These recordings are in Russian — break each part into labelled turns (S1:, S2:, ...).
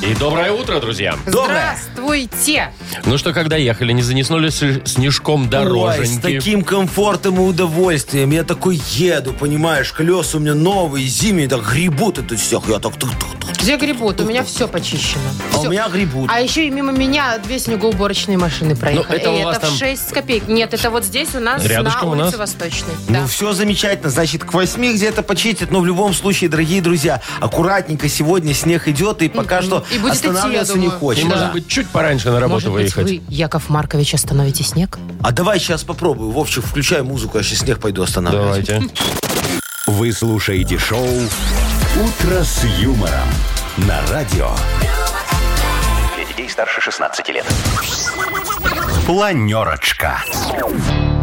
S1: И доброе утро, друзья.
S2: Доброе.
S3: Здравствуйте!
S1: Ну что, когда ехали, не занесло с снежком
S2: Ой, с
S1: дороженьки?
S2: таким комфортом и удовольствием. Я такой еду, понимаешь, колеса у меня новые, зимние, так грибут это всех. Я так... тух, тух, тух.
S3: Где грибут? У меня все почищено.
S2: А
S3: Всё.
S2: у меня грибут.
S3: А еще и мимо меня две снегоуборочные машины проехали.
S1: Ну, это у
S3: И
S1: вас
S3: это в
S1: там-
S3: 6 копеек. Нет, это вот здесь у нас
S1: Рядышком
S3: на
S1: у нас?
S3: улице Восточной.
S2: Ну,
S3: Да.
S2: все замечательно. Значит, к восьми где-то почистят. Но в любом случае, дорогие друзья, аккуратненько сегодня снег идет, и пока что
S3: И будет идти, я
S2: останавливаться не
S3: думаю.
S1: И,
S2: хочет.
S1: может
S2: Да.
S1: быть, чуть пораньше на работу
S3: Может быть,
S1: выехать.
S3: вы, Яков Маркович, остановите снег?
S2: А давай сейчас попробую. Вовчик, включай музыку, я сейчас снег пойду останавливать.
S1: Давайте.
S4: Вы слушаете шоу «Утро с юмором» на радио. Для детей старше 16 лет. Планерочка.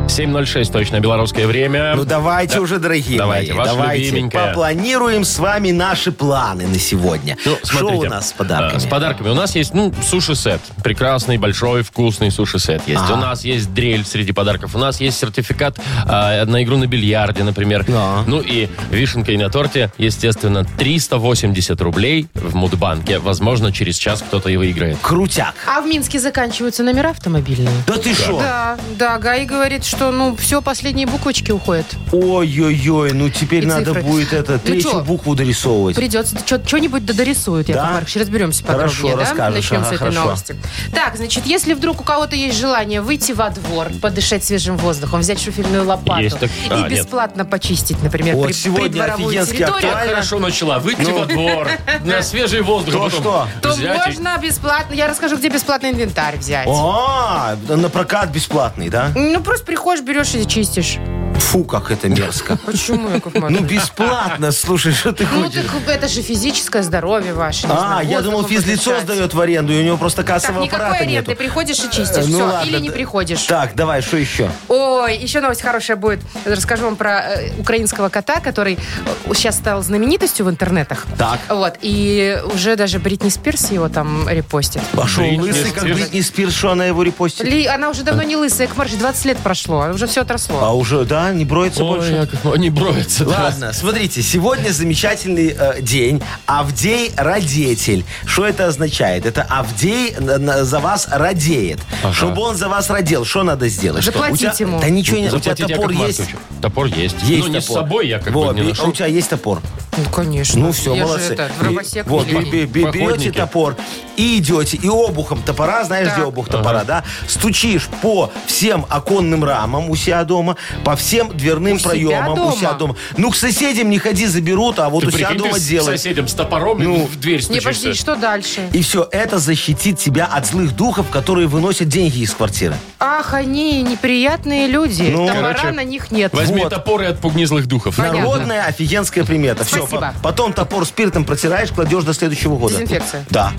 S1: 7.06 точно, белорусское время.
S2: Ну давайте уже, дорогие
S1: Давайте,
S2: мои,
S1: ваша
S2: давайте
S1: любименькая.
S2: попланируем с вами наши планы на сегодня.
S1: Ну,
S2: Что у
S1: смотрите,
S2: нас с
S1: э,
S2: подарками?
S1: С подарками. У нас есть, ну, суши-сет. Прекрасный, большой, вкусный суши-сет есть. У нас есть дрель среди подарков. У нас есть сертификат э, на игру на бильярде, например.
S2: Да.
S1: Ну и вишенкой на торте, естественно, 380 рублей в Мудбанке. Возможно, через час кто-то и выиграет.
S2: Крутяк.
S3: А в Минске заканчиваются номера автомобильные.
S2: Да ты что?
S3: Да, да, Гаи говорит, что ну все, последние буквочки уходят.
S2: Ой-ой-ой, ну теперь
S3: И
S2: надо
S3: цифры.
S2: будет это
S3: Ну
S2: третью
S3: чё?
S2: букву дорисовывать.
S3: Придется. Что-нибудь додорисуют, Яков
S2: Да?
S3: Маркович. Разберемся подробнее.
S2: Хорошо,
S3: да?
S2: расскажешь.
S3: Начнем
S2: Ага,
S3: с этой
S2: хорошо.
S3: новости. Так, значит, если вдруг у кого-то есть желание выйти во двор, подышать свежим воздухом, взять шуфельную лопату
S1: Есть так-
S3: и
S1: а, нет.
S3: бесплатно почистить, например,
S2: Вот
S3: при-
S2: сегодня
S3: придворовую
S2: офигенски
S3: территорию,
S2: актуально.
S1: Хорошо начала. Выйти во двор, на свежий воздух.
S2: Ну.
S1: а
S2: То
S1: потом
S2: что?
S3: то
S1: взять и-
S3: можно бесплатно... Я расскажу, где бесплатный инвентарь взять.
S2: А, на прокат бесплатный, да?
S3: Ну, просто приходишь, берешь и чистишь.
S2: Фу, как это мерзко.
S3: Почему, Яков
S2: Ну,
S3: Маркович?
S2: бесплатно, слушай, что ты
S3: Ну, так
S2: хочешь?
S3: это же физическое здоровье ваше. не
S2: А,
S3: знаю,
S2: я думал,
S3: воздухом
S2: физлицо
S3: подышать.
S2: сдает в аренду, и у него просто
S3: Так,
S2: кассового
S3: никакой
S2: аппарата
S3: аренды.
S2: нету.
S3: Приходишь и
S2: Э,
S3: чистишь.
S2: ну
S3: Все,
S2: ладно,
S3: или не
S2: да.
S3: приходишь.
S2: Так, давай, что еще?
S3: Ой, еще новость хорошая будет. Расскажу вам про э, украинского кота, который э, сейчас стал знаменитостью в интернетах.
S2: Так.
S3: Вот, и уже даже Бритни Спирс его там репостит.
S2: Пошел
S1: Бритни
S2: лысый, как
S1: Спирс.
S2: Бритни Спирс, что она его репостит.
S3: Ли, она уже давно не лысая, к марше 20 лет прошло, уже все отросло.
S2: А уже, да, не броется
S1: Ой,
S2: больше?
S1: Яков, они броются. да.
S2: Ладно, смотрите, сегодня замечательный э, день. Авдей родитель. Что это означает? Это Авдей на- на- за вас радеет.
S1: Ага.
S2: Чтобы он за вас родил, что надо сделать? Что, у
S3: Заплатить
S2: тебя-
S3: ему.
S2: Да ничего не У тебя
S1: Заплатить
S2: топор
S1: Якову
S2: есть?
S1: Марковичу. Топор есть.
S2: Есть
S1: ну, не с
S2: топор.
S1: собой я как
S2: Во,
S1: бы не
S2: бе-
S1: нашел.
S2: У тебя есть топор?
S3: Ну, конечно.
S2: Ну все,
S3: Я же
S2: молодцы.
S3: это,
S2: И-
S3: дровосек
S2: вот,
S3: или-
S2: бе- бе- бе- берете
S1: Походники.
S2: топор и идете, и обухом топора, знаешь, где
S3: Так.
S2: обух топора, да? Стучишь по всем оконным рамам у себя дома, по всем дверным
S3: У себя
S2: проемам у
S3: дома?
S2: себя дома. Ну, к соседям не ходи, заберут, а вот
S1: Ты
S2: у себя
S1: прикинь, ты
S2: дома Ну.
S1: с
S2: делай.
S1: соседям с топором и в дверь
S3: Не,
S1: стучишься.
S3: подожди, что дальше?
S2: И все это защитит тебя от злых духов, которые выносят деньги из квартиры.
S3: Ах, они неприятные люди.
S2: Ну,
S3: Топора
S1: короче,
S3: на них нет.
S1: Возьми
S2: Вот.
S1: топор и отпугни злых духов.
S3: Понятно.
S2: Народная офигенская примета. Все,
S3: Спасибо.
S2: потом топор спиртом протираешь, кладешь до следующего года.
S3: Дезинфекция.
S2: Да.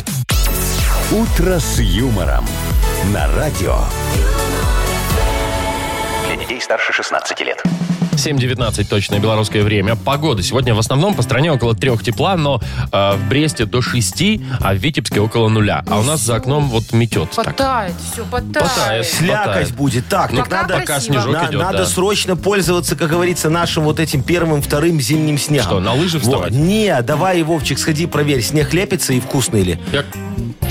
S4: «Утро с юмором» на радио. Для детей старше 16 лет.
S1: 7.19 точное белорусское время. Погода. Сегодня в основном по стране около трех тепла, но э, в Бресте до 6, а в Витебске около нуля. А у нас за окном вот метет. так.
S3: Потает, все,
S1: Потает.
S3: потает.
S2: Слякоть
S1: Хватает.
S2: будет. Так,
S1: Ну,
S2: так
S3: Пока
S2: надо...
S1: Пока
S3: красиво.
S1: снежок
S2: На-
S1: идет,
S2: надо
S1: да.
S2: срочно пользоваться, как говорится, нашим вот этим первым, вторым зимним снегом.
S1: Что, на лыжи вставать?
S2: Не, давай, Вовчик, сходи, проверь, снег лепится и вкусный ли. Ну,
S1: Я-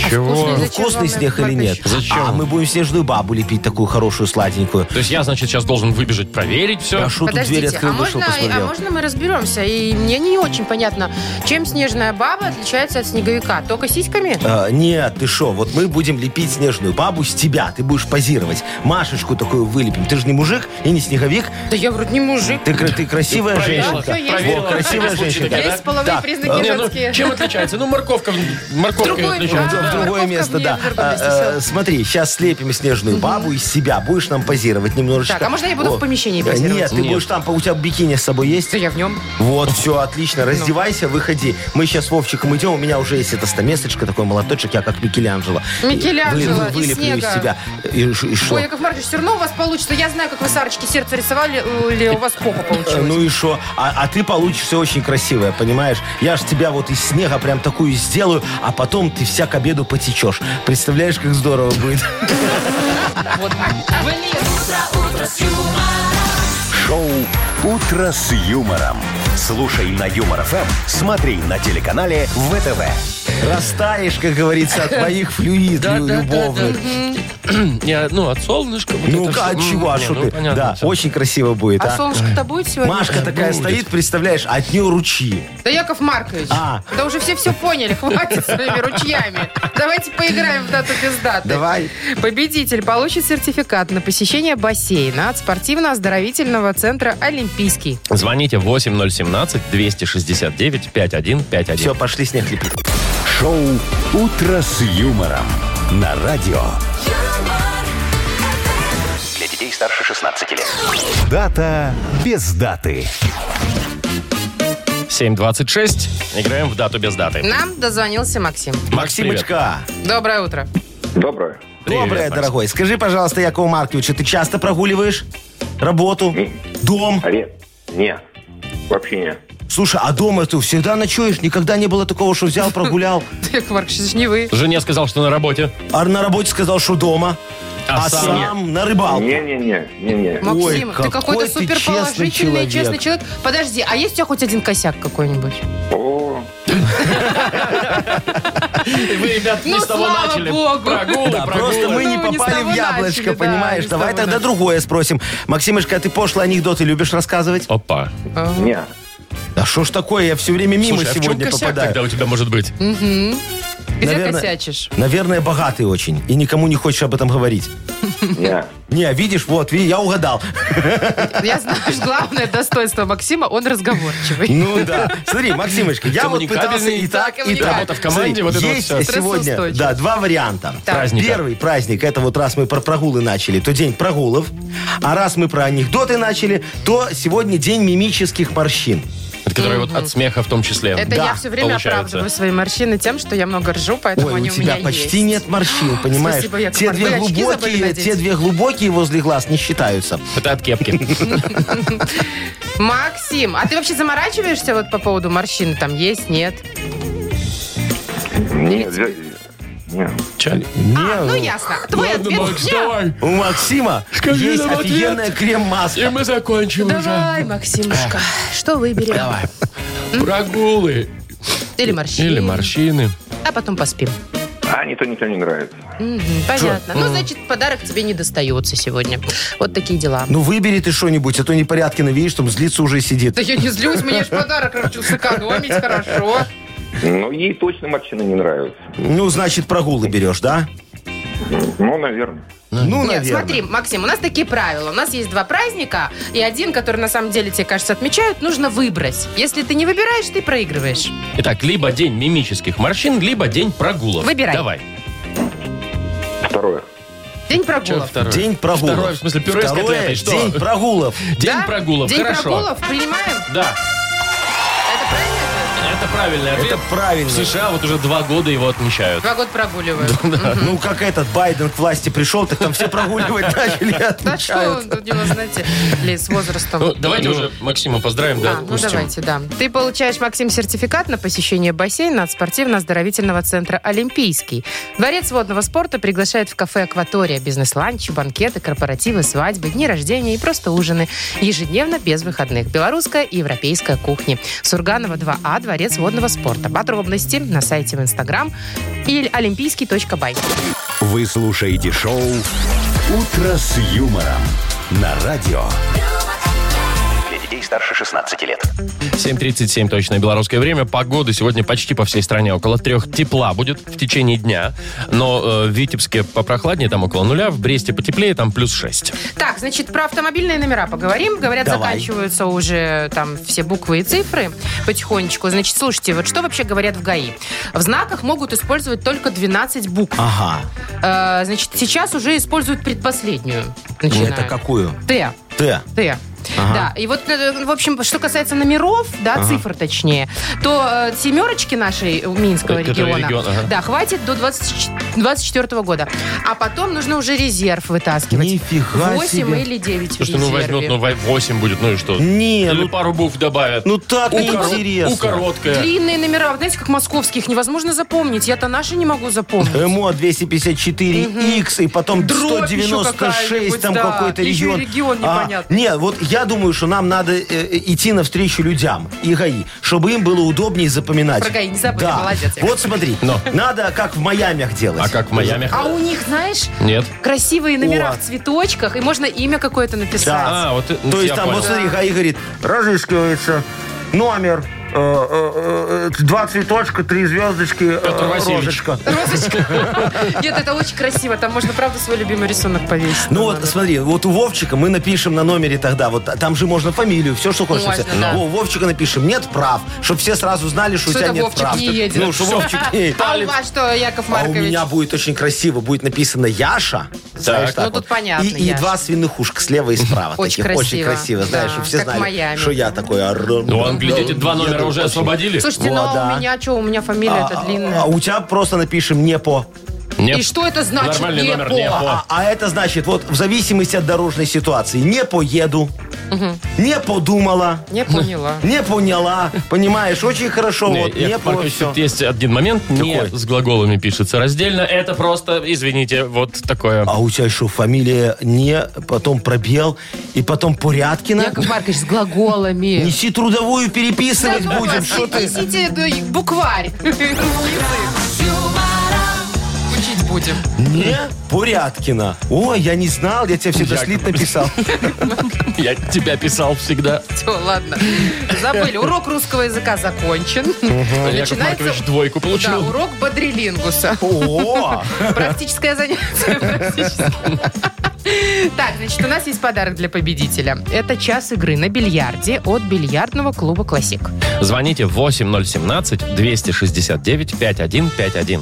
S1: Чего?
S3: вкусный зачем
S2: вкусный
S3: вам,
S2: снег или
S3: Яков
S2: нет?
S3: Маркович?
S1: Зачем?
S2: А мы будем снежную бабу лепить, такую хорошую, сладенькую.
S1: То есть я, значит, сейчас должен выбежать, проверить все.
S2: А что тут дверь
S3: Подождите,
S2: открыл,
S3: а
S2: вышел,
S3: можно,
S2: посмотрел?
S3: а можно мы разберемся? И мне не очень понятно, чем снежная баба отличается от снеговика? Только сиськами?
S2: Э, нет, ты шо, вот мы будем лепить снежную бабу с тебя. Ты будешь позировать. Машечку такую вылепим. Ты же не мужик и не снеговик.
S3: Да я вроде не мужик.
S2: Ты, кра- ты красивая
S1: Проверила.
S3: всё
S2: женщина.
S3: есть.
S1: Проверила. На
S3: Во,
S1: всякий
S2: красивая
S1: случай
S2: женщина.
S1: такая,
S3: Есть
S1: да?
S3: половые
S2: Да.
S3: признаки
S1: Не, ну,
S3: женские.
S1: чем отличается? Ну, морковка, морковка
S3: Другой,
S1: отличается.
S3: да,
S1: Да,
S2: другое
S3: парковка
S2: место,
S3: мне
S2: да.
S3: вернулись, и
S2: А,
S3: всё.
S2: э, Смотри, сейчас слепим снежную бабу из себя. Будешь нам позировать немножечко. Э,
S3: Так, а можно я буду в помещении позировать?
S2: Нет, ты
S1: Нет.
S2: будешь там, у тебя бикини с собой есть?
S3: Всё, я в нем.
S2: Вот, все,
S3: Ну.
S2: отлично. Раздевайся, выходи. Мы сейчас с Вовчиком идем. У меня уже есть эта стамесочка, такой молоточек, я как Микеланджело.
S3: Микеланджело
S2: Вы- вы-
S3: из
S2: вылеплю
S3: снега.
S2: из себя. И, ш- и шо?
S3: Ой, Яков Маркович, все равно у вас получится. Я знаю, как вы Сарочки сердце рисовали, или у вас попа
S2: Э,
S3: получилась.
S2: Ну и что? А, а ты получишь все очень красивое, понимаешь? Я ж тебя вот из снега прям такую сделаю, а потом ты вся к обеду потечешь. Представляешь, как здорово будет?
S3: Вот. Блин.
S4: Шоу «Утро с юмором». Слушай на Юмор ФМ, смотри на телеканале ВТВ.
S2: Растаешь, как говорится, от моих флюид
S1: Да, да, да,
S2: любовных.
S1: Я, ну, от солнышка. вот
S2: Ну,
S1: это
S2: а
S1: всё.
S2: чего, а
S1: Не,
S2: шо
S1: ну,
S2: ты?
S1: понятно
S2: Да,
S1: всё.
S2: очень красиво будет,
S3: А
S2: а?
S3: солнышко-то будет сегодня?
S2: Машка такая
S1: будет.
S2: стоит, представляешь, от нее ручьи.
S3: Да, Яков Маркович,
S2: А.
S3: да уже все все поняли, хватит своими ручьями. Давайте поиграем в дату без даты.
S2: Давай.
S3: Победитель получит сертификат на посещение бассейна от спортивно-оздоровительного центра «Олимпийский».
S1: Звоните 8017-269-5151.
S2: Все, пошли снег лепить.
S4: Шоу «Утро с юмором» на радио. Для детей старше 16 лет. Дата без даты.
S1: 7.26. Играем в дату без даты.
S3: Нам дозвонился Максим.
S1: Макс, привет.
S2: Максимочка,
S3: Доброе утро.
S5: Доброе.
S1: Привет,
S2: доброе,
S1: Макс.
S2: дорогой. Скажи, пожалуйста, Якову Марковичу, ты часто прогуливаешь работу, дом?
S5: Аре... А Не. Вообще не.
S2: Слушай, а дома ты всегда ночуешь? Никогда не было такого, что взял, прогулял?
S3: Яков Маркович, это ж не вы.
S1: Жене сказал, что на работе.
S2: А на работе сказал, что дома.
S1: А
S2: А,
S1: сам?
S2: сам, на рыбалку.
S5: Не-не-не. Не-не.
S3: Максим,
S2: Ой,
S3: ты какой-то
S2: какой ты честный
S3: суперположительный, честный человек.
S2: человек.
S3: Подожди, а есть у тебя хоть один косяк какой-нибудь?
S5: О,
S1: Вы, ребят,
S3: Ну, слава богу.
S1: Прогулы,
S2: Да,
S1: прогулы.
S2: А просто мы не
S3: Ну, не с
S2: попали
S3: того
S2: в яблочко,
S3: начали, да,
S2: понимаешь?
S3: не с
S2: Давай
S3: того
S2: тогда
S3: начали.
S2: другое спросим. Максимочка, а ты пошлые анекдоты любишь рассказывать?
S1: Опа.
S3: А?
S5: не.
S2: Да что ж такое, я все время мимо
S1: Слушай, а в чем
S2: сегодня
S1: косяк
S2: попадаю.
S1: тогда у тебя может быть?
S3: Где
S2: Наверное-
S3: косячишь?
S2: Наверное, богатый очень. И никому не хочешь об этом говорить.
S5: Не.
S2: Не, а видишь, вот, ви- я угадал.
S3: Я знаю, что главное достоинство Максима, он разговорчивый.
S2: Ну да. Смотри, Максимочка, я вот пытался
S1: Коммуникабельный.
S2: и так, и так.
S3: Работа
S1: в команде,
S2: Смотри,
S1: вот это вот
S2: есть
S1: всё.
S2: сегодня,
S3: Стрессоустойчив.
S2: да, два варианта.
S3: Так.
S1: Праздника.
S2: Первый праздник, это вот раз мы про прогулы начали, то день прогулов. А раз мы про анекдоты начали, то сегодня день мимических морщин.
S1: Это Который вот от смеха в том числе.
S3: м-м. Это
S2: Да,
S3: я все время
S1: получается.
S3: оправдываю свои морщины тем, что я много ржу, поэтому
S2: Ой, у
S3: они у,
S2: тебя
S3: меня
S2: почти
S3: есть.
S2: нет морщин, понимаешь?
S3: Спасибо, Яков
S2: те,
S3: Маркович.
S2: две
S3: Вы очки забыли
S2: глубокие,
S3: надеть? А,
S2: те две глубокие возле глаз не считаются.
S1: Это от кепки.
S3: Максим, а ты вообще заморачиваешься вот по поводу морщин? Там есть, нет?
S5: Не. Не.
S1: Чё?
S3: А, ну ясно. Твой ответ нет.
S2: У Максима
S1: Скажи
S2: есть
S1: нам ответ.
S2: офигенная крем-маска.
S1: мы закончим
S3: Давай, Максимушка, что выберем?
S1: Прогулы.
S3: Или морщины.
S1: Или морщины.
S3: А потом поспим.
S5: А, не то никто не нравится.
S3: Мгм, понятно. Ну, значит, подарок тебе не достается сегодня. Вот такие дела.
S2: Ну выбери ты что-нибудь, а то Непорядкина, видишь, там злится уже сидит.
S3: Да я не злюсь, мне же подарок хочу сэкономить, хорошо.
S5: Но Ну, ей точно морщины не нравятся.
S2: Ну, значит, прогулы берешь, да?
S5: Ну, наверное.
S2: Ну,
S3: Нет,
S2: наверное.
S3: смотри, Максим, у нас такие правила. У нас есть два праздника, и один, который на самом деле тебе, кажется, отмечают, нужно выбрать. Если ты не выбираешь, ты проигрываешь.
S1: Итак, либо день мимических морщин, либо день прогулов.
S3: Выбирай.
S1: Давай.
S5: Второе.
S3: День
S1: Чё
S3: прогулов.
S1: второе?
S2: День прогулов.
S1: Второе, в смысле, пюре с
S2: Второе,
S1: котлетой, что?
S2: День прогулов.
S1: День
S3: Да?
S1: прогулов,
S3: День
S1: хорошо.
S3: прогулов, принимаем?
S1: Да,
S3: Это правильно?
S1: это правильный ответ.
S2: Это правильно.
S1: В США вот уже два года его отмечают.
S3: Два года прогуливаю.
S2: Ну, как этот Байден к власти пришел, так там все прогуливать начали и
S3: Да что,
S2: отмечают.
S3: тут у нас, знаете, ли, с возрастом.
S1: Ну, давайте уже Максима поздравим, да,
S3: А, ну
S1: отпустим.
S3: давайте, да. Ты получаешь, Максим, сертификат на посещение бассейна от спортивно-оздоровительного центра «Олимпийский». Дворец водного спорта приглашает в кафе «Акватория» бизнес-ланчи, банкеты, корпоративы, свадьбы, дни рождения и просто ужины. Ежедневно без выходных. Белорусская и европейская кухни. Сурганова 2А, Дворец водного спорта. Подробности на сайте в Инстаграм или олимпийский.бай.
S4: Вы слушаете шоу «Утро с юмором» на радио. Для детей старше 16 лет.
S1: 7.37 точное белорусское время. Погода сегодня почти по всей стране. Около трех тепла будет в течение дня. Но э, в Витебске попрохладнее, там около нуля. В Бресте потеплее, там плюс 6.
S3: Так, значит, про автомобильные номера поговорим. Говорят,
S2: Давай.
S3: заканчиваются уже там все буквы и цифры потихонечку. Значит, слушайте, вот что вообще говорят в ГАИ? В знаках могут использовать только 12 букв.
S2: Ага.
S1: А.
S3: Э, значит, сейчас уже используют предпоследнюю. Начинают.
S1: Ну,
S2: Это какую?
S3: Т.
S2: Т.
S3: Т. Да, и вот, э, в общем, что касается номеров, да, цифр точнее, то э, семерочки нашей э, Минского
S1: Ой, который
S3: региона,
S1: регион, ага.
S3: да, хватит до 24 года. А потом нужно уже резерв вытаскивать.
S2: Нифига
S3: 8
S2: себе.
S3: или 9
S1: Потому что, ну, возьмет, ну, 8 будет, ну и что?
S2: Не,
S1: Или
S2: ну-
S1: пару букв добавят.
S2: Ну так
S1: у, коро- у
S2: неинтересно.
S1: короткая.
S3: Длинные номера, вот знаете, как московских, невозможно запомнить. Я-то наши не могу запомнить.
S2: МО 254X, и потом
S3: Дробь еще
S2: 196,
S3: какая-нибудь,
S2: там
S3: да.
S2: какой-то
S3: Еще и
S2: регион.
S3: регион
S2: А,
S3: непонятный.
S2: не, вот я думаю, что нам надо э, э, идти навстречу людям и ГАИ, чтобы им было удобнее запоминать.
S3: Про ГАИ не забыли,
S2: да.
S3: молодец, Яков.
S2: Вот смотри,
S1: Но.
S2: надо как в Майамях делать.
S1: А как в Майами?
S3: А у них, знаешь,
S1: Нет.
S3: красивые номера
S2: О.
S3: в цветочках, и можно имя какое-то написать.
S1: А, вот э,
S2: То
S1: я
S2: есть там,
S1: понял.
S2: вот смотри, ГАИ говорит, разыскивается номер, э, э, э, два цветочка, три звездочки, э,
S1: Петр Васильевич.
S2: розочка.
S3: Розочка. Нет, это очень красиво. Там можно, правда, свой любимый рисунок повесить.
S2: Ну
S3: на
S2: вот,
S3: номер.
S2: смотри, вот у Вовчика мы напишем на номере тогда, вот там же можно фамилию, все, что хочешь.
S3: Можно,
S2: написать.
S3: да.
S2: Во, У Вовчика напишем, нет прав, чтобы все сразу знали, что,
S3: Что
S2: у тебя
S3: это
S2: нет
S3: Вовчик
S2: прав.
S3: не едет.
S2: Ну, что Вовчик не едет.
S3: А у вас что, Яков
S2: А у
S3: Маркович?
S2: меня будет очень красиво, будет написано Яша. знаешь,
S3: Ну, тут
S2: вот.
S3: понятно,
S2: И, и
S3: Яша.
S2: два свиных ушка слева и справа.
S3: Очень
S2: таких. Очень
S3: красиво.
S2: красиво, знаешь,
S3: Да,
S2: чтобы все
S3: как
S2: знали,
S3: Майами.
S2: что я такой.
S1: Ну, он, глядите, два номера
S2: ну,
S1: уже освободили.
S3: Слушайте, ну
S2: Во,
S3: а
S2: да.
S3: у меня что, у меня
S2: А,
S3: фамилия-то
S2: а
S3: длинная.
S2: у тебя просто напишем не по.
S1: Нет.
S3: И что это значит?
S1: Нормальный
S3: не
S1: номер
S3: по?
S1: не по.
S3: А,
S2: А, а это значит, вот в зависимости от дорожной ситуации, не поеду, не подумала,
S3: Не поняла.
S2: Не поняла. Понимаешь, очень хорошо.
S1: Не,
S2: вот,
S1: Яков
S2: не по
S1: Маркович,
S2: всё.
S1: тут есть один момент, не
S2: Какой?
S1: с глаголами пишется раздельно, это просто, извините, вот такое.
S2: А у тебя что, фамилия не, потом пробел, и потом Порядкина?
S3: Яков Маркович с глаголами.
S2: Неси трудовую, переписывать
S3: Да ну
S2: будем.
S3: вас,
S2: Что ты?
S3: Несите да, и букварь. Учить будем.
S2: Не Порядкина. О, я не знал, я тебе всегда
S1: Яков.
S2: слит написал.
S1: Я тебя писал всегда.
S3: Все, ладно. Забыли. Урок русского языка закончен.
S1: Яков Маркович двойку
S3: Да,
S1: получил.
S3: урок бодрилингуса.
S2: О, а,
S3: Практическое занятие. практическое. Так, значит, у нас есть подарок для победителя. Это час игры на бильярде от бильярдного клуба «Классик».
S1: Звоните 8017-269-5151.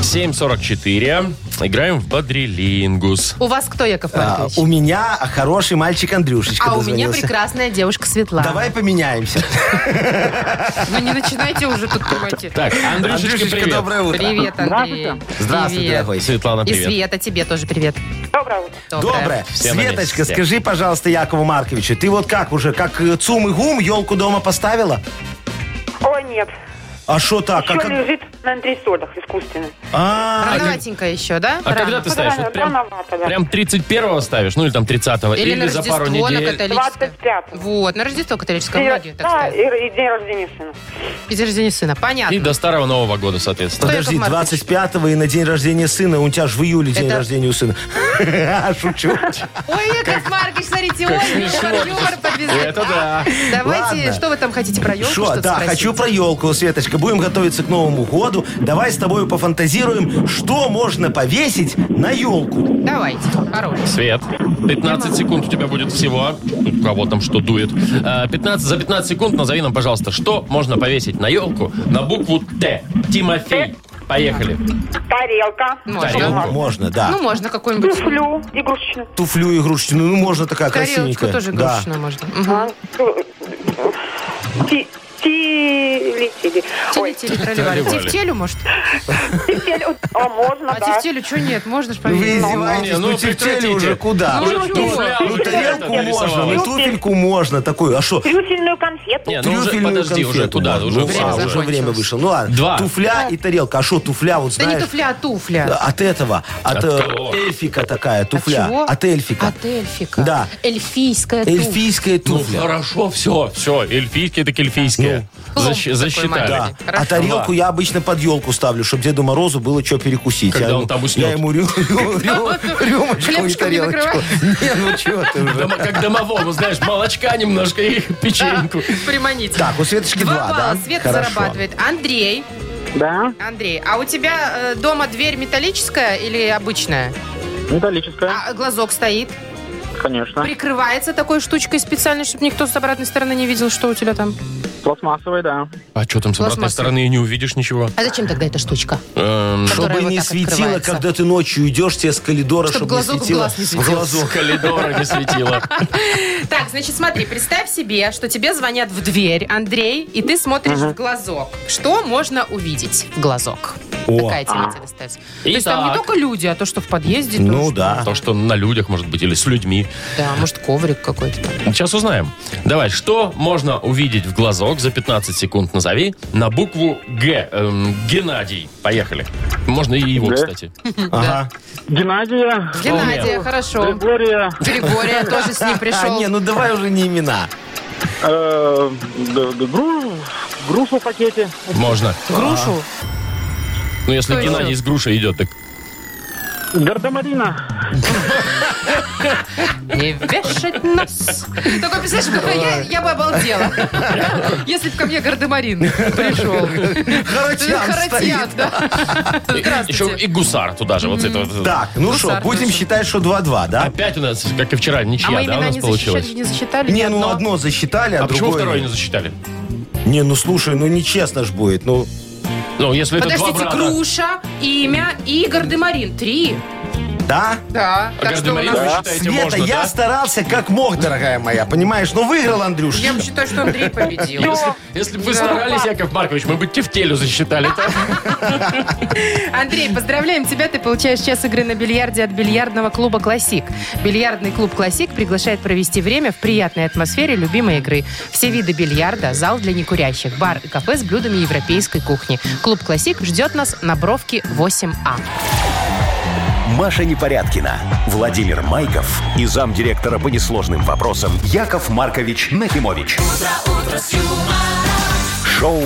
S1: 744. Играем в Бодрилингус.
S3: У вас кто, Яков
S2: а,
S3: Маркович?
S2: у меня хороший мальчик Андрюшечка
S3: А у меня
S2: дозвонился.
S3: прекрасная девушка Светлана.
S2: Давай поменяемся.
S3: Ну не начинайте уже тут кумати.
S1: Так, Андрюшечка,
S2: Андрюшечка,
S1: привет.
S2: доброе утро.
S3: Привет, Андрей.
S2: Здравствуй,
S3: Привет.
S2: дорогой.
S1: Светлана,
S3: И
S1: привет.
S3: Света, тебе тоже привет. Доброе утро.
S2: Доброе.
S1: Все на
S2: Светочка,
S1: месте.
S2: скажи, пожалуйста, Якову Марковичу, ты вот как уже, как э, цум и гум, елку дома поставила?
S6: О, нет.
S2: А что так?
S6: Еще
S2: А как-
S6: лежит на антресолях искусственно.
S2: А,
S3: Рановатенько еще, да?
S1: А когда
S3: Рано.
S1: ты ставишь? Вот прям,
S6: рановато, да.
S1: прям 31-го ставишь, ну или там 30-го,
S3: Или,
S1: или,
S3: на
S1: за
S3: Рождество
S1: пару
S3: на
S1: недель.
S3: католическое.
S6: 25-го.
S3: Вот, на Рождество католическое многие
S6: День-
S3: так
S6: да,
S3: ставят.
S6: и, и день рождения сына.
S3: И день рождения сына, понятно.
S1: И до Старого Нового года, соответственно.
S3: Что,
S2: Подожди,
S3: Яков Маркович?
S2: 25-го и на день рождения сына. У тебя же в июле день
S3: Это-
S2: рождения у сына. А, Шучу.
S3: Ой, Яков Маркович, смотрите, он юмор, юмор подвязал.
S1: Это да.
S3: Давайте,
S2: Ладно.
S3: что вы там хотите про елку
S2: Шо,
S3: А что-то
S2: да,
S3: спросить?
S2: хочу про елку, Светочка. Будем готовиться к Новому году. Давай с тобой пофантазируем, что можно повесить на елку.
S3: Давайте, хорош.
S1: Свет, 15 секунд у тебя будет всего. У кого там что дует. Э, 15, за 15 секунд назови нам, пожалуйста, что можно повесить на елку на букву Т. Тимофей. Поехали.
S6: Тарелка.
S3: Можно.
S1: Тарелку.
S2: Можно, да.
S3: Ну, можно какой-нибудь.
S6: Туфлю игрушечную.
S2: Туфлю игрушечную. Ну, можно такая
S3: Тарелочку
S2: красивенькая.
S3: тоже
S2: Да.
S3: игрушечную можно. Мгм.
S6: Э, Ти- ти- летели. Тефтели. Ой,
S3: Телетели проливали.
S1: Проливали.
S3: Тефтелю, может?
S6: тефтели. вот, А, можно,
S3: А
S6: да.
S3: тефтелю что нет? Можно ж
S2: Ну, Вы
S3: поверить.
S1: Не, ну,
S2: издеваетесь, ну тефтели
S1: прекратите.
S2: уже куда?
S3: Ну,
S1: Уже
S3: ну,
S1: туфли,
S3: ну,
S1: а
S2: Ну,
S1: уже
S2: тарелку
S1: это
S2: можно,
S1: нарисовалось.
S2: ну, туфельку можно, такую. А что?
S6: Трюфельную конфету.
S1: Не, ну уже
S2: Трюфельную
S1: подожди, уже
S2: конфету
S1: туда,
S2: можно.
S1: уже
S2: Ну,
S1: время
S2: а, уже
S3: закончилось.
S2: время вышло. Ну ладно.
S1: Два.
S2: Туфля и тарелка. А что туфля, вот
S3: Да не
S2: знаешь?
S3: туфля, а туфля.
S2: От этого, от,
S1: От
S2: э,
S1: кого?
S2: эльфика такая туфля.
S3: чего?
S2: эльфика.
S3: От эльфика.
S2: Да.
S3: Эльфийская туфля.
S2: Эльфийская
S1: Ну
S2: туфля.
S1: хорошо, все, все, эльфийские так эльфийские.
S3: Ну,
S1: Защ-
S3: клоун такой
S1: засчитали.
S3: маленький.
S2: Да.
S3: Хорошо.
S2: А тарелку я обычно под елку ставлю, чтобы Деду Морозу было что перекусить.
S1: Когда
S2: я,
S1: он
S2: ему-
S1: там уснёт.
S2: Я ему рю- рю- рю- рюмочку и
S3: Хлебушком не
S2: тарелочку.
S3: накрывай.
S2: Не, ну чего ты уже.
S1: Дома- как домовому, знаешь, молочка немножко и печеньку.
S3: Приманить.
S2: Так, у Светочки
S3: Два
S2: два,
S3: балла
S2: да?
S3: Света
S2: Хорошо.
S3: зарабатывает. Андрей,
S7: Да,
S3: Андрей, а у тебя э, дома дверь металлическая или обычная?
S7: металлическая,
S3: А глазок стоит,
S7: конечно.
S3: прикрывается такой штучкой специально, чтобы никто с обратной стороны не видел, что у тебя там.
S7: Пластмассовая, да.
S1: А что там с обратной
S3: Пластмасса.
S1: стороны и не увидишь ничего?
S3: А зачем тогда эта штучка?
S1: Эм,
S3: которая
S2: Чтобы
S3: вот
S2: не
S3: так
S2: светило,
S3: открывается.
S2: когда ты ночью идешь, тебе с коридора,
S3: Чтоб
S2: чтобы не
S3: глазок в
S2: светило.
S3: глаз не светил.
S1: С
S2: глазок.
S1: коридора не светило.
S3: Так, значит, смотри, представь себе, что тебе звонят в дверь, Андрей, и ты смотришь в глазок. Что можно увидеть в глазок?
S2: О.
S3: Такая
S2: А.
S3: тебе цель ставится. То есть там не
S1: Итак.
S3: только люди, а то, что в подъезде. то,
S2: Ну
S3: что-
S2: да.
S1: То, что на людях, может быть, или с людьми.
S3: Да, может, коврик какой-то. там.
S1: Сейчас узнаем. Давай, что можно увидеть в глазок за 15 секунд назови на букву Г. Эм, Геннадий. Поехали. Можно и его,
S7: Г?
S1: кстати.
S2: Ага.
S7: Геннадия,
S3: Геннадия, хорошо.
S7: Григория,
S3: Григория тоже с ним
S2: А,
S3: пришел.
S2: не, ну давай уже не имена.
S7: э, г- г- гру- грушу в пакете.
S1: Можно.
S3: Грушу?
S1: Ну, если
S3: Кто
S1: Геннадий
S3: еще?
S1: с грушей идет, так
S7: Гардемарина.
S2: а.
S3: Не вешать нос. Только представляешь, какой я, я бы обалдела. Если бы ко мне гардемарин пришел.
S2: Харатьян
S3: Харатьян,
S2: стоит.
S3: да. А
S1: еще
S3: Здравствуйте.
S1: и гусар туда же. Вот это вот.
S2: Так, ну что,
S3: Гусар
S2: будем
S3: тоже.
S2: считать, что 2-2, да?
S1: Опять у нас, как и вчера,
S3: А
S1: ничья,
S3: мы
S1: да, у
S3: имена
S1: нас
S3: не
S1: получилось.
S3: защищали, не засчитали ни
S2: Не, ну
S3: одно.
S2: одно засчитали, а,
S1: А почему
S2: другое
S1: второй не
S2: нет.
S1: засчитали?
S2: Не, ну слушай, ну нечестно ж будет. Ну,
S1: Ну, если это два
S3: Подождите,
S1: брата.
S3: груша, имя и гардемарин. Три.
S2: да?
S3: Да.
S1: А
S3: Так что у
S1: Гардемарин вы
S3: нас...
S1: считаете,
S2: Света,
S1: можно,
S2: я
S1: да?
S2: старался как мог, дорогая моя, понимаешь? Ну, выиграл Андрюш.
S3: Я считаю, что Андрей победил.
S1: Если бы вы старались, Яков Маркович, мы бы тефтелю засчитали.
S3: Андрей, поздравляем тебя. Ты получаешь час игры на бильярде от бильярдного клуба «Классик». Бильярдный клуб «Классик» приглашает провести время в приятной атмосфере любимой игры. Все виды бильярда, зал для некурящих, бар и кафе с блюдами европейской кухни. Клуб «Классик» ждет нас на Бровке А. 8А.
S4: Маша Непорядкина, Владимир Майков и замдиректора по несложным вопросам Яков Маркович Нахимович. Шоу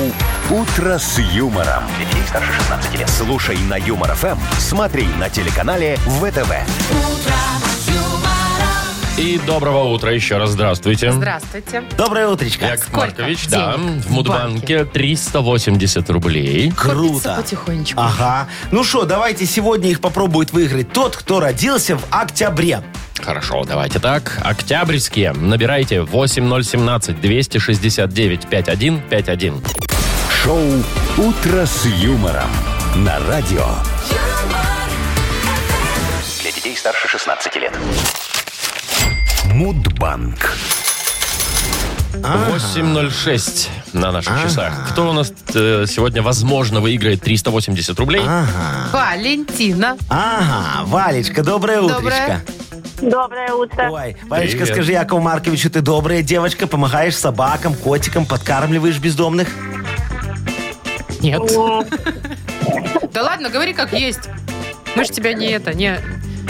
S4: Утро с юмором. Детей старше 16 лет. Слушай на юмор ФМ, смотри на телеканале ВТВ.
S1: И доброго утра еще раз. Здравствуйте.
S3: Здравствуйте.
S2: Доброе утречко.
S1: Яков
S3: Сколько
S1: Маркович,
S3: денег
S1: да, в
S3: в
S1: Мудбанке 380 рублей.
S3: Копится
S2: Круто.
S3: потихонечку.
S2: Ага. Ну что, давайте сегодня их попробует выиграть тот, кто родился в октябре.
S1: Хорошо, давайте так. Октябрьские. Набирайте 8017-269-5151.
S4: Шоу Утро с юмором на радио. Для детей старше 16 лет. Мудбанк.
S1: 8.06 на наших часах. Кто у нас э, сегодня, возможно, выиграет 380 рублей?
S3: Валентина.
S2: Ага. Валечка, доброе
S3: Доброе.
S2: утречко.
S6: Доброе утро.
S2: Ой, Валечка,
S1: Привет.
S2: скажи, Якову Марковичу, ты добрая девочка, помогаешь собакам, котикам, подкармливаешь бездомных?
S3: Нет. Да ладно, говори как есть. Мы ж тебя не это, не...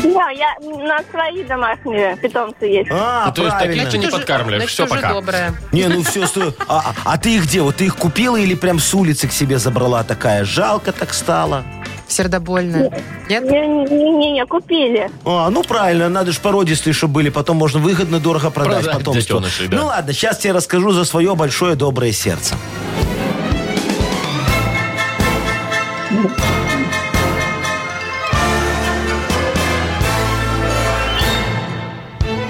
S8: Да, я на свои домашние питомцы есть.
S2: А,
S1: Ну, то есть так
S2: правильно.
S1: легче не
S3: Тоже-
S1: подкармливаешь.
S3: Значит,
S1: Все,
S3: тоже
S1: пока.
S3: добрая.
S2: Не, ну все, сто- А, а ты их где? Вот ты их купила или прям с улицы к себе забрала такая? Жалко так стало.
S3: Сердобольная. Нет?
S8: Не-не-не, купили.
S2: А, ну правильно, надо же породистые, чтобы были, потом можно выгодно, дорого продать,
S1: Продать
S2: потомство.
S1: детенышей, да.
S2: Ну ладно, сейчас тебе расскажу за свое большое доброе сердце.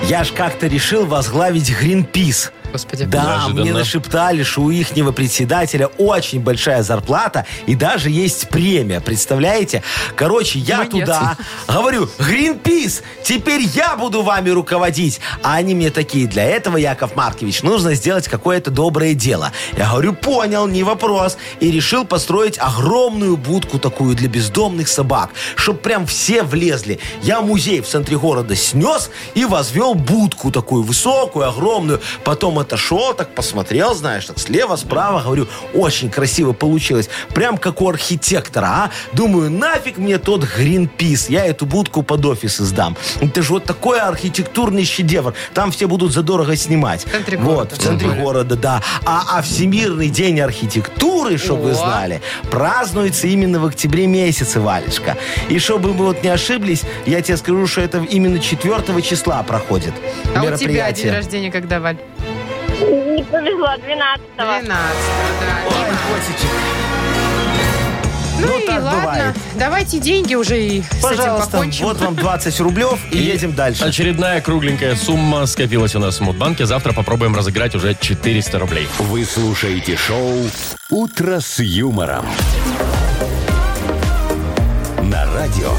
S2: Я ж как-то решил возглавить Гринпис.
S3: господи.
S2: Да,
S1: Неожиданно.
S2: мне нашептали, что у ихнего председателя очень большая зарплата и даже есть премия, представляете? Короче, я
S3: Мы нет.
S2: туда говорю, Гринпис, теперь я буду вами руководить. А они мне такие, для этого, Яков Маркович, нужно сделать какое-то доброе дело. Я говорю, понял, не вопрос. И решил построить огромную будку такую для бездомных собак, чтобы прям все влезли. Я музей в центре города снес и возвел будку такую высокую, огромную. Потом отошел, так посмотрел, знаешь, так слева, справа, говорю, очень красиво получилось. Прям как у архитектора, а? Думаю, нафиг мне тот Гринпис, я эту будку под офис издам. Это же вот такой архитектурный шедевр. Там все будут задорого снимать. В
S3: центре
S2: Вот,
S3: города,
S2: в центре
S3: тем более.
S2: города, да. А, а Всемирный день архитектуры, чтобы вы
S3: О.
S2: знали, празднуется именно в октябре месяце, Валечка. И чтобы мы вот не ошиблись, я тебе скажу, что это именно 4 числа проходит
S3: А у тебя
S2: мероприятие.
S3: день рождения когда, Валь?
S8: Не повезло, 12-го.
S3: 12 да.
S2: Ой, котичек.
S3: Ну,
S2: Ну,
S3: и
S2: так
S3: ладно.
S2: бывает.
S3: Давайте деньги уже и с этим
S2: Пожалуйста,
S3: покончим.
S2: вот вам 20 рублев и, едем дальше.
S1: Очередная кругленькая сумма скопилась у нас в Мудбанке. Завтра попробуем разыграть уже 400 рублей.
S4: Вы слушаете шоу «Утро с юмором». На радио.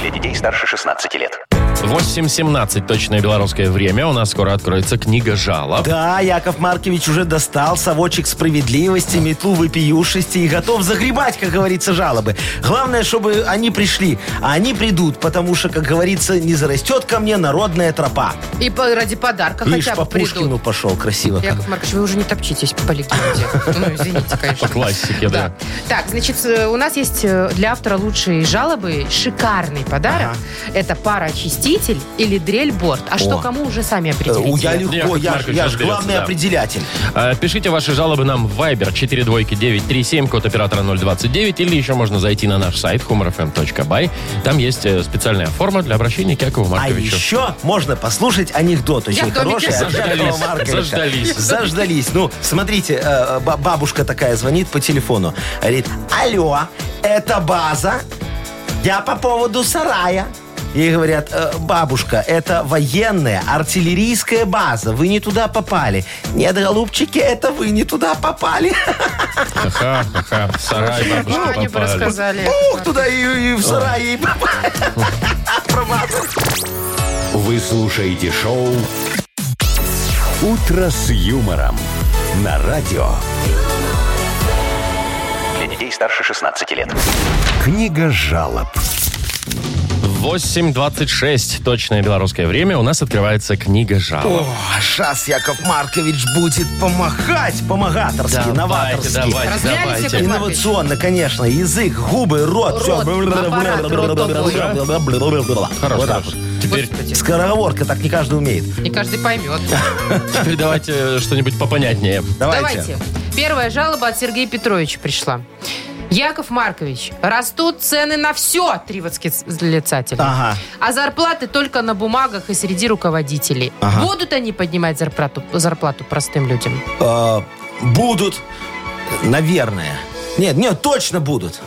S9: Для детей старше 16 лет.
S1: 8.17 точное белорусское время. У нас скоро откроется книга жалоб.
S2: Да, Яков Маркович уже достал совочек справедливости, метлу вопиюшести и готов загребать, как говорится, жалобы. Главное, чтобы они пришли. А они придут, потому что, как говорится, не зарастет ко мне народная тропа.
S3: И по- ради подарка
S2: Видишь,
S3: хотя
S2: по
S3: бы
S2: Пушкину
S3: придут.
S2: пошел красиво.
S3: Яков Маркович, вы уже не топчитесь по легенде. Ну, извините, конечно.
S1: По классике, да.
S3: Так, значит, э, у нас есть э, для автора лучшие жалобы шикарный подарок. Это пароочиститель или дрель-борт. А что
S2: О.
S3: кому уже сами
S2: Э, у- Я
S3: определите?
S2: легко,
S1: Яков
S2: я,
S1: Маркович
S2: я же
S1: разберется,
S2: главный А
S1: да.
S2: определятель.
S1: Э, Пишите ваши жалобы нам в Viber 42937, код оператора 029, или еще можно зайти на наш сайт humorfm.by. Там есть э, специальная форма для обращения к Якову
S2: А
S1: Марковичу.
S2: еще можно послушать анекдот
S3: Я
S2: очень
S3: в домике
S2: хороший. от
S1: заждались,
S2: Якова Марковича.
S1: заждались.
S2: Заждались. Ну, смотрите, э, ба- бабушка такая звонит по телефону. Говорит, алло, это база? Я по поводу сарая. Ей говорят, «Э, бабушка, это военная артиллерийская база, вы не туда попали. Нет, голубчики, это вы не туда попали.
S1: Ха-ха, ха-ха, в сарай бабушка
S3: Ну, они бы
S1: попали.
S3: рассказали.
S2: Ух, туда и, и в сарай и попали. Промазал.
S4: Вы слушаете шоу «Утро с юмором». На радио.
S9: Для детей старше 16 лет.
S4: Книга жалоб.
S1: 8.26, точное белорусское время, у нас открывается книга жалоб.
S2: О, сейчас Яков Маркович будет помахать, помогаторски, новаторски.
S3: Размялись, Яков Маркович?
S2: Инновационно, конечно. Язык, губы, рот. всё.
S3: Рот, аппарат ротовый.
S1: Хорош,
S2: Вот так
S1: хорош.
S2: вот.
S1: Теперь,
S3: Господи,
S2: Скороговорка, так не каждый умеет.
S3: не каждый поймет.
S1: теперь давайте э, что-нибудь попонятнее.
S3: Давайте. Первая жалоба от Сергея Петровича пришла. Яков Маркович, растут цены на все, три восклицателя.
S2: Ага.
S3: А зарплаты только на бумагах и среди руководителей.
S2: Ага.
S3: Будут они поднимать зарплату, зарплату простым людям?
S2: Э, Будут, наверное. Нет, нет, точно будут.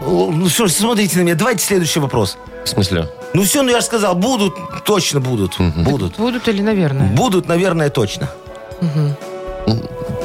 S2: Л- Ну что ж, смотрите на меня. Давайте следующий вопрос.
S1: В смысле?
S2: Ну все, ну я же сказал, будут, точно будут. Будут.
S3: Будут или, наверное?
S2: Будут, наверное, точно.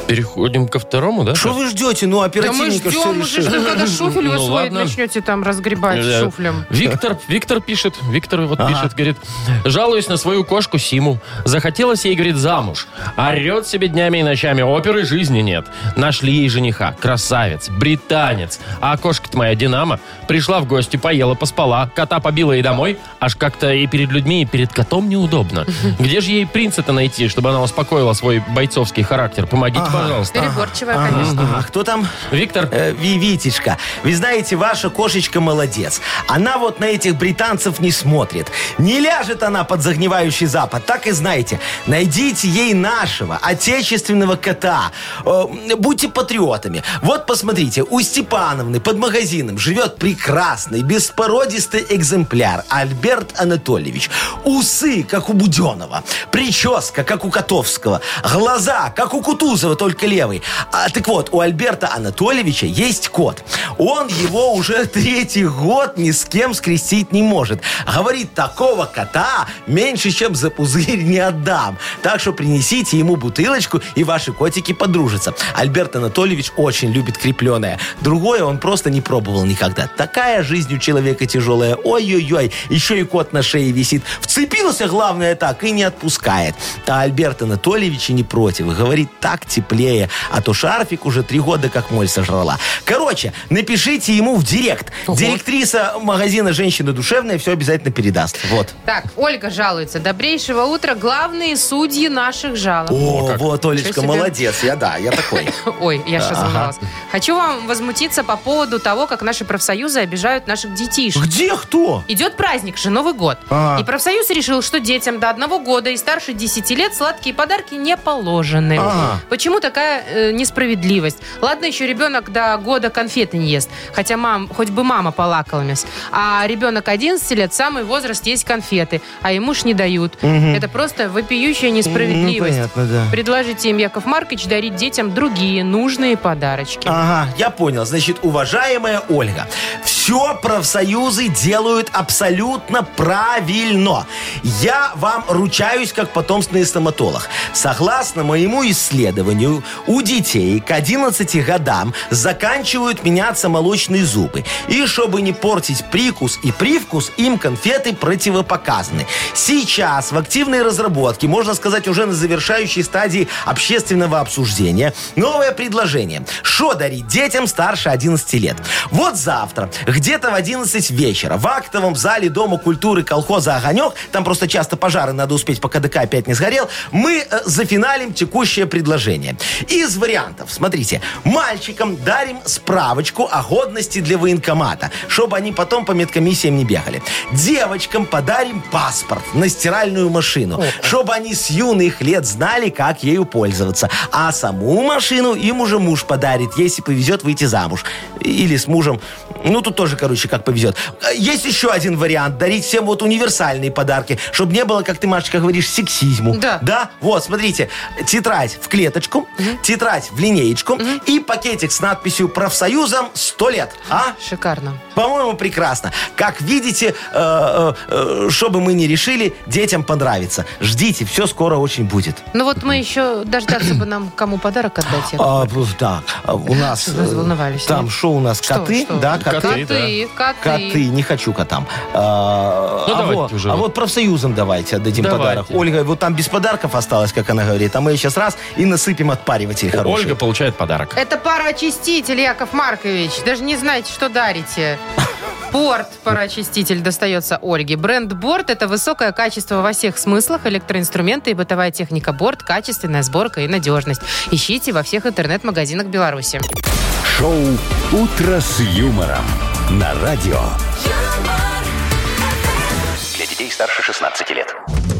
S1: Переходим ко второму, да?
S2: Что вы ждете? Ну,
S3: Да мы
S2: оперативника все
S3: ждем уже,
S2: решит.
S3: что когда шуфель
S1: Ну,
S3: вы свой
S1: ладно.
S3: начнете там разгребать
S1: Э,
S3: шуфлем.
S1: Виктор, Виктор пишет, Виктор вот
S2: Ага.
S1: пишет, говорит, жалуюсь на свою кошку Симу. Захотелось ей, говорит, замуж. Орет себе днями и ночами, оперы жизни нет. Нашли ей жениха, красавец, британец. А кошка-то моя Динамо пришла в гости, поела, поспала, кота побила и домой. Аж как-то и перед людьми, и перед котом неудобно. Где же ей принца-то найти, чтобы она успокоила свой бойцовский характер? Помогите, пожалуйста.
S3: Переборчивая,
S2: Ага,
S3: конечно.
S2: ага. Кто там?
S1: Виктор,
S2: Э, Ви- Витечка, вы знаете, ваша кошечка молодец. Она вот на этих британцев не смотрит. Не ляжет она под загнивающий запад, так и знаете. Найдите ей нашего, отечественного кота. Э, Будьте патриотами. Вот посмотрите, у Степановны под магазином живет прекрасный, беспородистый экземпляр Альберт Анатольевич. Усы, как у Буденова. Прическа, как у Котовского. Глаза, как у Кутузова, только левый. А, так вот, у Альберта Анатольевича есть кот. Он его уже третий год ни с кем скрестить не может. Говорит, такого кота меньше, чем за пузырь не отдам. Так что принесите ему бутылочку, и ваши котики подружатся. Альберт Анатольевич очень любит крепленое. Другое он просто не пробовал никогда. Такая жизнь у человека тяжелая. Ой-ой-ой, еще и кот на шее висит. Вцепился, главное, так, и не отпускает. А Альберт Анатольевич и не против. Говорит, так теплее. А то шарфик уже три года как моль сожрала. Короче, напишите ему в директ. Директриса магазина «Женщина душевная» все обязательно передаст. Вот.
S3: Так, Ольга жалуется. Добрейшего утра. Главные судьи наших жалоб.
S2: О, вот,
S3: Ничего
S2: Олечка,
S3: себе.
S2: молодец. Я, да, я такой.
S3: Ой, я сейчас заморалась. Хочу вам возмутиться по поводу того, как наши профсоюзы обижают наших детишек.
S2: Где кто?
S3: Идет праздник же, Новый год.
S2: А.
S3: И профсоюз решил, что детям до одного года и старше 10 лет сладкие подарки не положены.
S2: А.
S3: Почему такая э, несправедливость? Ладно, еще ребенок до года конфеты не ест. Хотя мам, хоть бы мама полакомилась. А ребенок 11 лет, самый возраст есть конфеты. А ему ж не дают. Это просто вопиющая несправедливость.
S2: Ну, понятно, да.
S3: Предложите им, Яков Маркович, дарить детям другие нужные подарочки.
S2: Ага, я понял. Значит, уважаемая Ольга, все профсоюзы делают абсолютно правильно. Я вам ручаюсь как потомственный стоматолог. Согласно моему исследованию, у детей к 11 годам заканчивают меняться молочные зубы. И чтобы не портить прикус и привкус, им конфеты противопоказаны. Сейчас в активной разработке, можно сказать, уже на завершающей стадии общественного обсуждения, новое предложение. Что дарить детям старше 11 лет? Вот завтра, где-то в 11 вечера, в актовом зале Дома культуры колхоза «Огонек», там просто часто пожары, надо успеть, пока ДК опять не сгорел, мы э, зафиналим текущее предложение. Из вариантов, смотрите, мальчикам дарим справочку о годности для военкомата, чтобы они потом по медкомиссиям не бегали. Девочкам подарим паспорт на стиральную машину, чтобы они с юных лет знали, как ею пользоваться. А саму машину им уже муж подарит, если повезет выйти замуж. Или с мужем. Ну, тут тоже, короче, как повезет. Э, Есть еще один вариант. Дарить всем вот универсальные подарки, чтобы не было, как ты, Машечка, говоришь, сексизму.
S3: Да.
S2: Да? Вот, смотрите. Тетрадь в клеточку, тетрадь в линеечку и пакетик с надписью «Профсоюзом 100 лет». А?
S3: Шикарно.
S2: По-моему, прекрасно. Как видите, э, э, э, что бы мы ни решили, детям понравится. Ждите, все скоро очень будет.
S3: Ну вот мы еще дождаться бы нам кому подарок отдать. Яков.
S2: А, б- да, а, у нас...
S3: Что вы разволновались,
S2: э, Там
S3: нет?
S2: что у нас?
S3: Что,
S2: коты?
S3: что?
S2: Да, А, коты.
S1: Коты,
S3: Коты,
S2: Коты,
S3: коты.
S2: не хочу котам. А,
S1: Ну,
S2: а
S1: давайте
S2: вот,
S1: уже.
S2: а вот профсоюзам давайте отдадим
S1: Давайте.
S2: подарок. Ольга, вот там без подарков осталось, как она говорит. А мы сейчас раз и насыпем отпариватель хороший.
S1: Ольга получает подарок.
S3: Это пароочиститель, Яков Маркович. Даже не знаете, что дарите. Борт пароочиститель достается Ольге. Бренд Борт – это высокое качество во всех смыслах, электроинструменты и бытовая техника Борт, качественная сборка и надежность. Ищите во всех интернет-магазинах Беларуси.
S4: Шоу «Утро с юмором» на радио.
S9: Для детей старше 16 лет.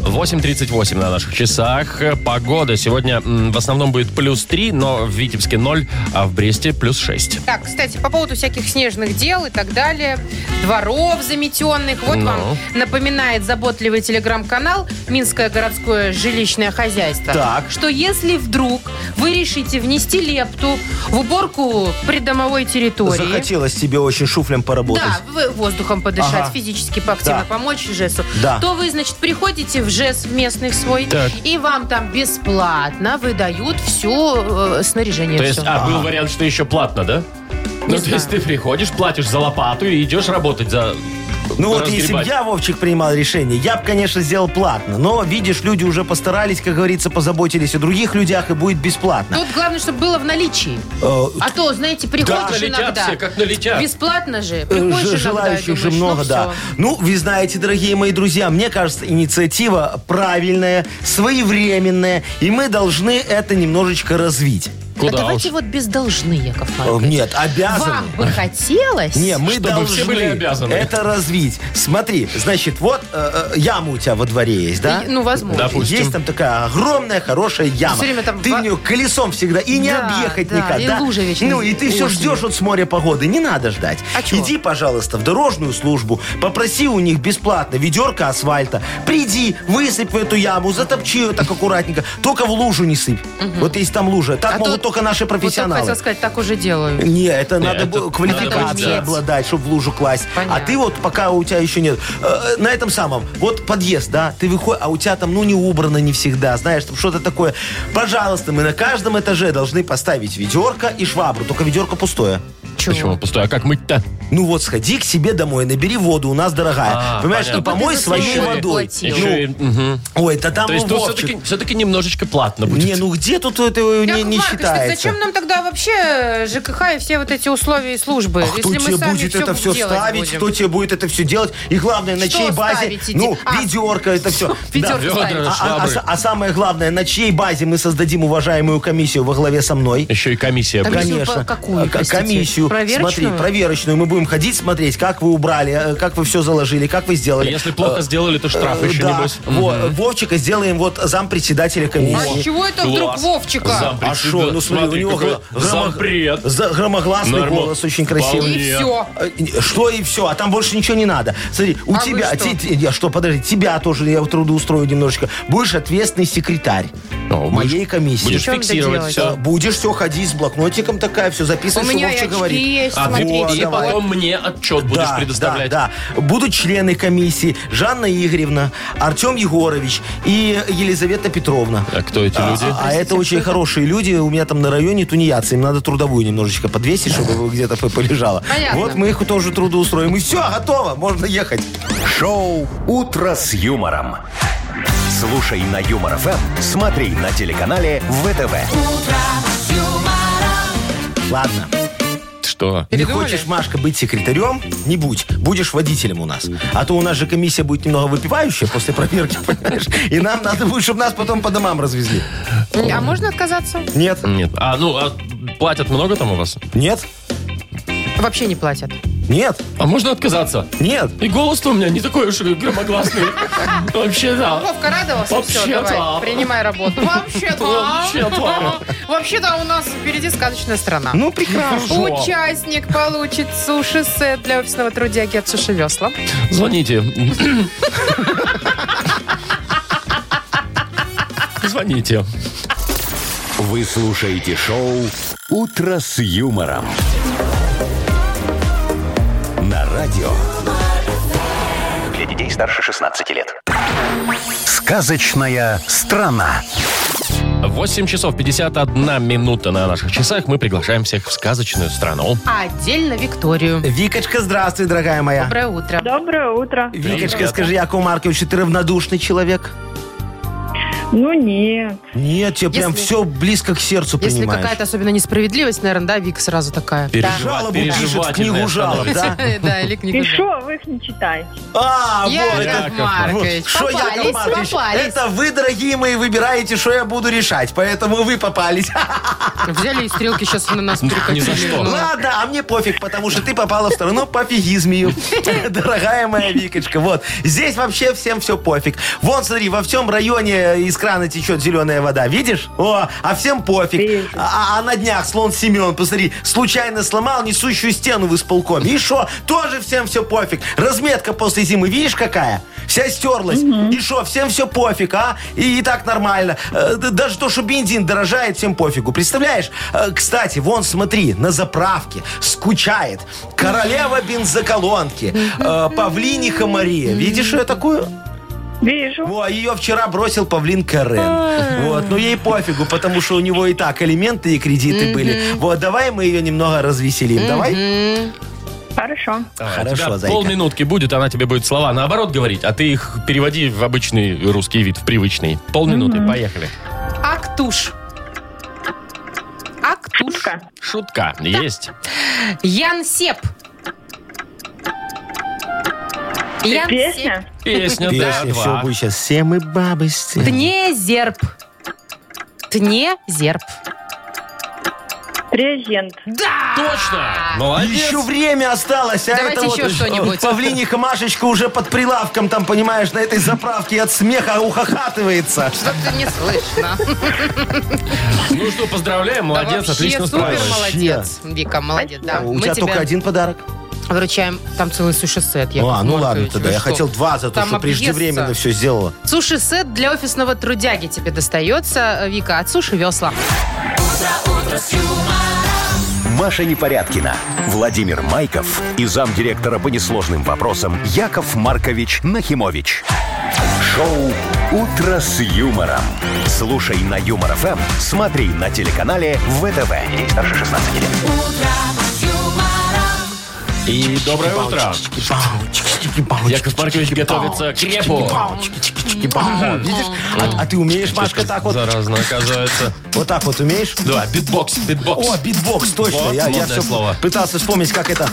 S1: 8.38 на наших часах. Погода сегодня м, в основном будет плюс 3, но в Витебске 0, а в Бресте плюс 6.
S3: Так, кстати, по поводу всяких снежных дел и так далее, дворов заметенных, вот
S1: Ну.
S3: вам напоминает заботливый телеграм-канал «Минское городское жилищное хозяйство»,
S2: Так.
S3: что если вдруг вы решите внести лепту в уборку придомовой территории,
S2: Захотелось тебе очень шуфлем поработать.
S3: да, вы воздухом подышать,
S2: Ага.
S3: физически поактивно
S2: Да.
S3: помочь ЖЭСу.
S2: Да.
S3: То вы, значит, приходите в ЖЭС местных свой,
S1: Так.
S3: и вам там бесплатно выдают все э, снаряжение.
S1: То есть,
S3: всё.
S1: а, был вариант, что еще платно, да? ну, то есть ты приходишь, платишь за лопату и идешь работать за...
S2: Ну вот если бы
S1: разгребать.
S2: я, Вовчик, принимал решение, я бы, конечно, сделал платно. Но, видишь, люди уже постарались, как говорится, позаботились о других людях, и будет бесплатно.
S3: Тут главное, чтобы было в наличии.
S2: Э,
S3: А то, знаете,
S1: Да,
S3: приходишь
S1: налетят
S3: иногда.
S1: все, как налетят.
S3: Бесплатно же.
S2: э,
S3: Приходишь
S2: ж-
S3: иногда и
S2: Желающих же
S3: думаешь, ну
S2: много, да.
S3: всё.
S2: Ну, вы знаете, дорогие мои друзья, мне кажется, инициатива правильная, своевременная, и мы должны это немножечко развить.
S1: Куда
S3: а давайте
S1: уж.
S3: вот без должны, Яков Маркович.
S2: Нет, обязаны.
S3: Вам бы хотелось?
S2: Э, Не, мы
S1: Чтобы
S2: должны
S1: все были обязаны.
S2: это развить. Смотри, значит, вот э, э, яма у тебя во дворе есть, да?
S3: И- Ну, возможно.
S1: Да. допустим.
S2: Есть там такая огромная, хорошая яма.
S3: Всё время там
S2: ты
S3: во-
S2: в нее колесом всегда и не
S3: Да,
S2: объехать
S3: да,
S2: никак.
S3: и
S2: да?
S3: лужа вечно
S2: ну, и ты все
S3: осенью.
S2: ждешь вот с моря погоды. Не надо ждать.
S3: А чего?
S2: Иди, пожалуйста, в дорожную службу, попроси у них бесплатно ведерко асфальта. Приди, высыпь в эту яму, затопчи ее так аккуратненько. Только в лужу не сыпь. Вот если там лужа. Так
S3: А
S2: могут
S3: то-
S2: только наши профессионалы.
S3: Вот так хотел сказать, так уже делаю.
S2: Не, это надо
S1: это
S2: бу- квалификацией
S1: надо уметь.
S2: обладать, чтобы в лужу класть.
S3: Понятно.
S2: А ты вот пока у тебя еще нет. Э, на этом самом. Вот подъезд, да, ты выходишь, а у тебя там ну не убрано не всегда, знаешь, там что-то такое. Пожалуйста, мы на каждом этаже должны поставить ведерко и швабру, только ведерко пустое.
S3: Чего?
S1: Почему пустой? А как мыть-то?
S2: Ну вот сходи к себе домой, набери воду, у нас дорогая.
S1: А,
S2: Понимаешь,
S1: понятно.
S2: и
S3: Чтобы
S2: помой
S3: ты за
S2: своей
S3: свою
S2: водой.
S3: воду платил.
S1: Еще и- мгм.
S2: Ну, ой, да там
S1: То есть
S2: у
S1: тут
S2: Вовчик.
S1: все-таки, все-таки немножечко платно будет.
S2: Не, ну где тут это э, не,
S3: Яков
S2: не
S3: Маркович, так
S2: считается?
S3: зачем нам тогда вообще э, ЖКХ и все вот эти условия и службы?
S2: А кто тебе будет это все
S3: делать
S2: ставить?
S3: будем?
S2: Кто тебе будет это все делать? И главное, на
S3: Что
S2: чьей базе?
S3: ставить, иди?
S2: Ну,
S3: А.
S2: ведерко, это все.
S3: Ведерко
S1: Ведра,
S3: ставить.
S2: А, а- а
S1: швабры.
S2: с- а самое главное, на чьей базе мы создадим уважаемую комиссию во главе со мной?
S1: Еще и комиссия
S3: Там
S1: будет.
S3: Комиссию
S2: Конечно.
S3: по- какую,
S2: А, к-
S3: простите?
S2: Комиссию.
S3: Проверочную?
S2: Смотри, проверочную. Мы будем ходить, смотреть, как вы убрали, э, как вы все заложили, как вы сделали.
S1: А Если плохо сделали, то штраф
S2: Э,
S1: еще,
S2: да.
S1: небось.
S2: Во- Вовчика сделаем вот зам председателя
S3: А с
S2: комиссии.
S3: чего это вдруг
S1: Класс.
S3: Вовчика?
S1: Зам.
S2: А что? Ну смотри,
S1: Смотри,
S2: у него
S1: какой
S2: гро- громо-
S1: зампред.
S2: за- громогласный
S1: Норма-
S2: голос очень красивый.
S3: И
S1: Вполне.
S3: все.
S2: Э, Что и все, а там больше ничего не надо. Смотри, у
S3: А вы
S2: тебя,
S3: что?
S2: те- те- я что, подожди, тебя тоже я в трудоустрою немножечко. Будешь ответственный секретарь
S1: О, будешь-
S2: моей комиссии.
S1: Будешь
S3: чем это
S1: фиксировать
S3: делать?
S2: Э,
S1: все.
S2: Будешь все ходить с блокнотиком такая, все
S3: У
S2: записывать, что
S3: меня и
S2: Вовчик
S3: очки
S2: говорит.
S3: есть,
S1: А ты
S3: смотрите.
S2: вот,
S1: и
S2: давай.
S1: потом мне отчет будешь
S2: Да,
S1: предоставлять.
S2: Да, да. Будут члены комиссии Жанна Игоревна, Артем Егорович и Елизавета Петровна.
S1: А кто эти
S2: А,
S1: люди?
S2: а это очень хорошие люди. У меня там на районе тунеядцы. Им надо трудовую немножечко подвесить, чтобы где-то полежала.
S3: Понятно.
S2: Вот мы их тоже трудоустроим. И все, готово. Можно ехать.
S4: Шоу «Утро с юмором». Слушай на Юмор ФМ, смотри на телеканале ВТВ.
S2: Ладно.
S1: Что?
S2: Не
S3: Передумали?
S2: хочешь, Машка, быть секретарем? Не будь. Будешь водителем у нас. А то у нас же комиссия будет немного выпивающая после проверки, понимаешь? И нам надо будет, чтобы нас потом по домам развезли.
S3: А можно отказаться?
S2: Нет?
S1: Нет. А, ну, а платят много там у вас?
S2: Нет?
S3: Вообще не платят.
S2: Нет?
S1: А можно отказаться?
S2: Нет?
S1: И голос-то у меня не такой уж и громогласный. Вообще, да.
S3: Вовка радовался, все,
S1: Вообще-то.
S3: давай, принимай работу. Вообще-то.
S1: Вообще-то.
S3: Вообще-то у нас впереди сказочная страна.
S2: Ну, прекрасно.
S3: Участник получит суши-сет для офисного трудяги от Суши Весла.
S1: Звоните. Звоните.
S4: Вы слушаете шоу «Утро с юмором». На радио
S9: Для детей старше 16 лет.
S4: «Сказочная страна».
S1: 8 часов 51 минута на наших часах. Мы приглашаем всех в сказочную страну.
S3: А отдельно Викторию.
S2: Викочка, здравствуй, дорогая моя.
S3: Доброе утро.
S6: Доброе утро.
S2: Викочка, скажи, Якову Марковичу, ты равнодушный человек?
S8: Ну, нет.
S2: Нет, тебе прям
S3: Если-
S2: все близко к сердцу,
S3: Если
S2: понимаешь?
S3: какая-то особенно несправедливость, наверное, да, Вик сразу такая.
S2: Жалобу пишет в
S1: переживательная
S2: книгу жалоб, да?
S3: Да, или
S8: И
S3: книгу.
S8: что, вы их не читаете?
S2: А, вот, это-
S3: Яков
S1: Яков
S3: Маркович,
S2: Шо, Яков
S3: попались,
S2: Маркович,
S3: попались.
S2: Это вы, дорогие мои, выбираете, что я буду решать. Поэтому вы попались.
S3: Взяли и стрелки сейчас на нас перекатили.
S1: Ни за что.
S3: Ну,
S2: Ладно, а мне пофиг, потому что ты попала в страну пофигизмию. Дорогая моя Викочка, вот. Здесь вообще всем все пофиг. Вон, смотри, во всем районе из крана течет зеленая вода. Видишь? О, а всем пофиг. А, а на днях слон Семен, посмотри, случайно сломал несущую стену в исполкоме. И шо? Тоже всем все пофиг. Разметка после зимы, видишь, какая? Вся стерлась. И шо, всем все пофиг, а? И, и так нормально. Э, д- Даже то, что бензин дорожает, всем пофигу. Представляешь? Э, Кстати, вон, смотри, на заправке скучает королева бензоколонки, э, павлиниха Мария. Видишь ее такую?
S8: Вижу.
S2: Во, ее вчера бросил павлин Карен. Вот, ну ей пофигу, потому что у него и так элементы и кредиты были. Вот, давай мы ее немного развеселим. Давай.
S8: Хорошо.
S1: А, У тебя
S2: Хорошо, зайка.
S1: полминутки будет, она тебе будет слова наоборот говорить, а ты их переводи в обычный русский вид, в привычный. Полминуты, поехали.
S3: Актуш. Актуш.
S8: Шутка.
S1: Шутка есть.
S3: Янсеп.
S8: Песня?
S1: Песня, да,
S2: Песня, все
S1: два.
S2: будет сейчас. Все мы бабы с тем».
S3: Тнезерп. Тнезерп.
S8: Презент.
S1: Точно! Молодец!
S2: Еще время осталось, а
S3: Давайте
S2: это вот
S3: еще что-нибудь.
S2: павлиниха Машечка уже под прилавком, там, понимаешь, на этой заправке от смеха ухахатывается.
S3: Что-то не слышно.
S1: Ну что, поздравляем,
S3: Да
S1: молодец,
S3: вообще
S1: отлично
S3: супер
S1: справилась.
S3: молодец. Вика, молодец, да.
S2: У
S3: Мы
S2: тебя только один подарок?
S3: вручаем там целый суши-сет. Яков
S2: а, ну ладно
S3: Маркович.
S2: тогда.
S3: Вы
S2: Я
S3: что?
S2: хотел два, за то,
S3: Там
S2: что преждевременно
S3: объесться.
S2: все сделала.
S3: Суши-сет для офисного трудяги тебе достается, Вика, от суши-весла.
S4: Маша Непорядкина, Владимир Майков и замдиректора по несложным вопросам Яков Маркович Нахимович. Шоу «Утро с юмором». Слушай на Юмор ФМ, смотри на телеканале ВТВ. Ей старше 16 лет.
S1: И доброе утро. Яков Маркович готовится к репу.
S2: Видишь? А- А ты умеешь, Машка, так вот?
S1: Заразно оказывается.
S2: Вот так вот умеешь?
S1: Да, битбокс, битбокс.
S2: О, битбокс, точно.
S1: Вот
S2: Я, я
S1: модное
S2: все
S1: слово.
S2: пытался вспомнить, как это.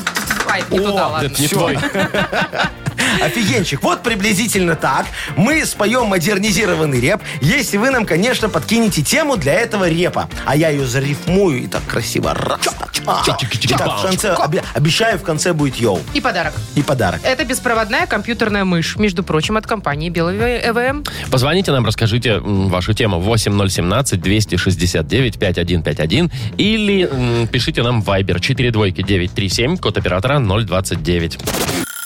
S3: Ай, не туда, ладно.
S1: Это не твой.
S2: Офигенчик. Вот приблизительно так мы споем модернизированный реп, если вы нам, конечно, подкинете тему для этого репа. А я ее зарифмую и так красиво. Раз, так, а. И так в конце, обе- обещаю, в конце будет йоу.
S3: И подарок.
S2: И подарок.
S3: Это беспроводная компьютерная мышь, между прочим, от компании Белый ЭВМ.
S1: Позвоните нам, расскажите м, вашу тему 8017-269-5151 или м, пишите нам в Viber 42937, код оператора 029.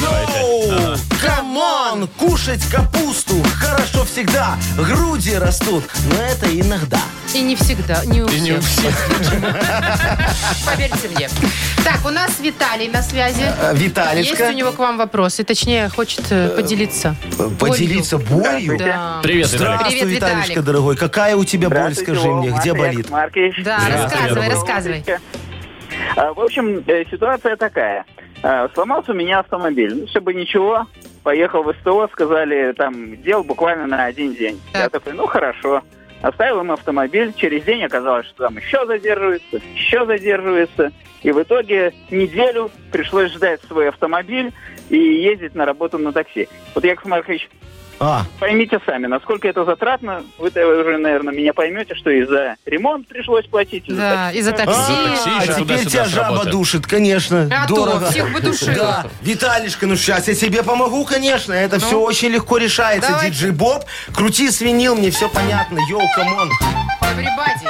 S2: Йоу! Камон! Кушать капусту хорошо всегда. Груди растут, но это иногда.
S3: И не всегда, не у
S1: И не у
S3: всех. Поверьте мне. Так, у нас Виталий на связи.
S2: Э,
S3: Есть
S2: Виталечка,
S3: у него к вам вопросы, точнее, хочет э, поделиться.
S2: поделиться болью?
S3: Болью. Да.
S1: Привет, Виталик.
S2: Здравствуй,
S3: Привет,
S2: Виталечка,
S3: Виталик.
S2: дорогой. Какая у тебя боль, скажи мне, где болит?
S3: Да, рассказывай, рассказывай.
S7: А, В общем, э, ситуация такая. А, Сломался у меня автомобиль. Ну, чтобы ничего, поехал в СТО, сказали, там, дел буквально на один день. Я
S3: Так.
S7: такой, ну, хорошо. Оставил им автомобиль. Через день оказалось, что там еще задерживается, еще задерживается. И в итоге неделю пришлось ждать свой автомобиль и ездить на работу на такси. Вот, Яков Маркович,
S2: А,
S7: Поймите сами, насколько это затратно. Вы уже, наверное, меня поймете, что и за ремонт пришлось платить. и за
S3: Да,
S7: такси.
S3: и за такси.
S1: такси.
S2: а
S1: еще
S2: теперь
S1: туда-сюда
S2: тебя
S1: с
S2: жаба
S1: работы.
S2: душит, конечно.
S3: А то,
S2: Дорого.
S3: всех бы душила.
S2: Да. Виталишка, ну сейчас я тебе помогу, конечно. Это
S3: Ну.
S2: все очень легко решается.
S3: Давай.
S2: Диджей Боб, крути свинил, мне все понятно. Йоу, камон.
S3: Everybody.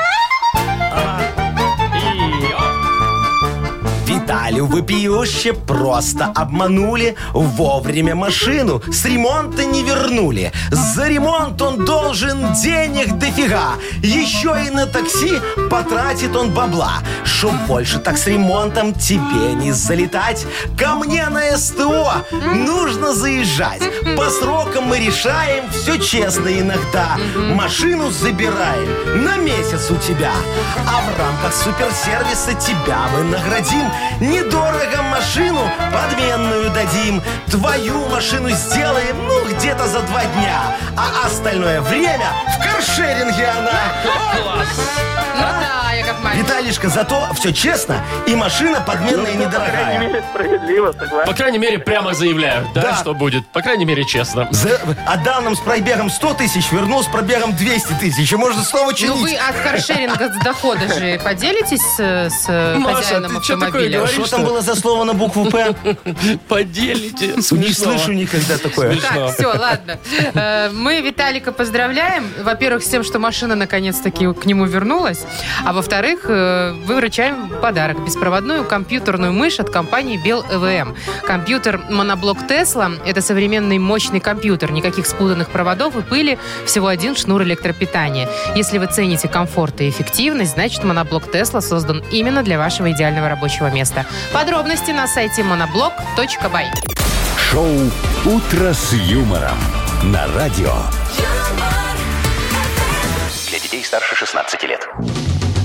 S2: Виталю выпиюще просто обманули вовремя машину. С ремонта не вернули. За ремонт он должен денег дофига. Еще и на такси потратит он бабла. Чтоб больше так с ремонтом тебе не залетать. Ко мне на СТО нужно заезжать. По срокам мы решаем все честно иногда. Машину забираем на месяц у тебя. А в рамках суперсервиса тебя мы наградим. Недорого машину подменную дадим. Твою машину сделаем, ну, где-то за два дня. А остальное время в каршеринге она.
S3: Ну да, Яков Маркович.
S2: Виталишка, зато все честно. И машина подменная недорогая.
S7: Справедливо, согласен.
S1: По крайней мере, прямо заявляют, да,
S2: Да.
S1: что будет. По крайней мере, честно.
S2: За- Отдал нам с пробегом 100 тысяч, вернул с пробегом 200 тысяч. И можно снова чинить.
S3: Ну вы от каршеринга с дохода же поделитесь э, с, э,
S1: Маша,
S3: хозяином
S1: ты чё такое
S3: автомобиля?
S1: говоришь?
S2: Что там было за слово на букву «П»?
S1: Поделите.
S2: Не слышу никогда такое.
S3: Так, все, ладно. Э, Мы Виталика поздравляем. Во-первых, с тем, что машина наконец-таки к нему вернулась. А во-вторых, э, выручаем подарок. Беспроводную компьютерную мышь от компании Bell EVM. Компьютер моноблок Тесла – это современный мощный компьютер. Никаких спутанных проводов и пыли, всего один шнур электропитания. Если вы цените комфорт и эффективность, значит моноблок Тесла создан именно для вашего идеального рабочего места. Подробности на сайте monoblock.by.
S4: Шоу «Утро с юмором» на радио.
S9: Для детей старше 16 лет.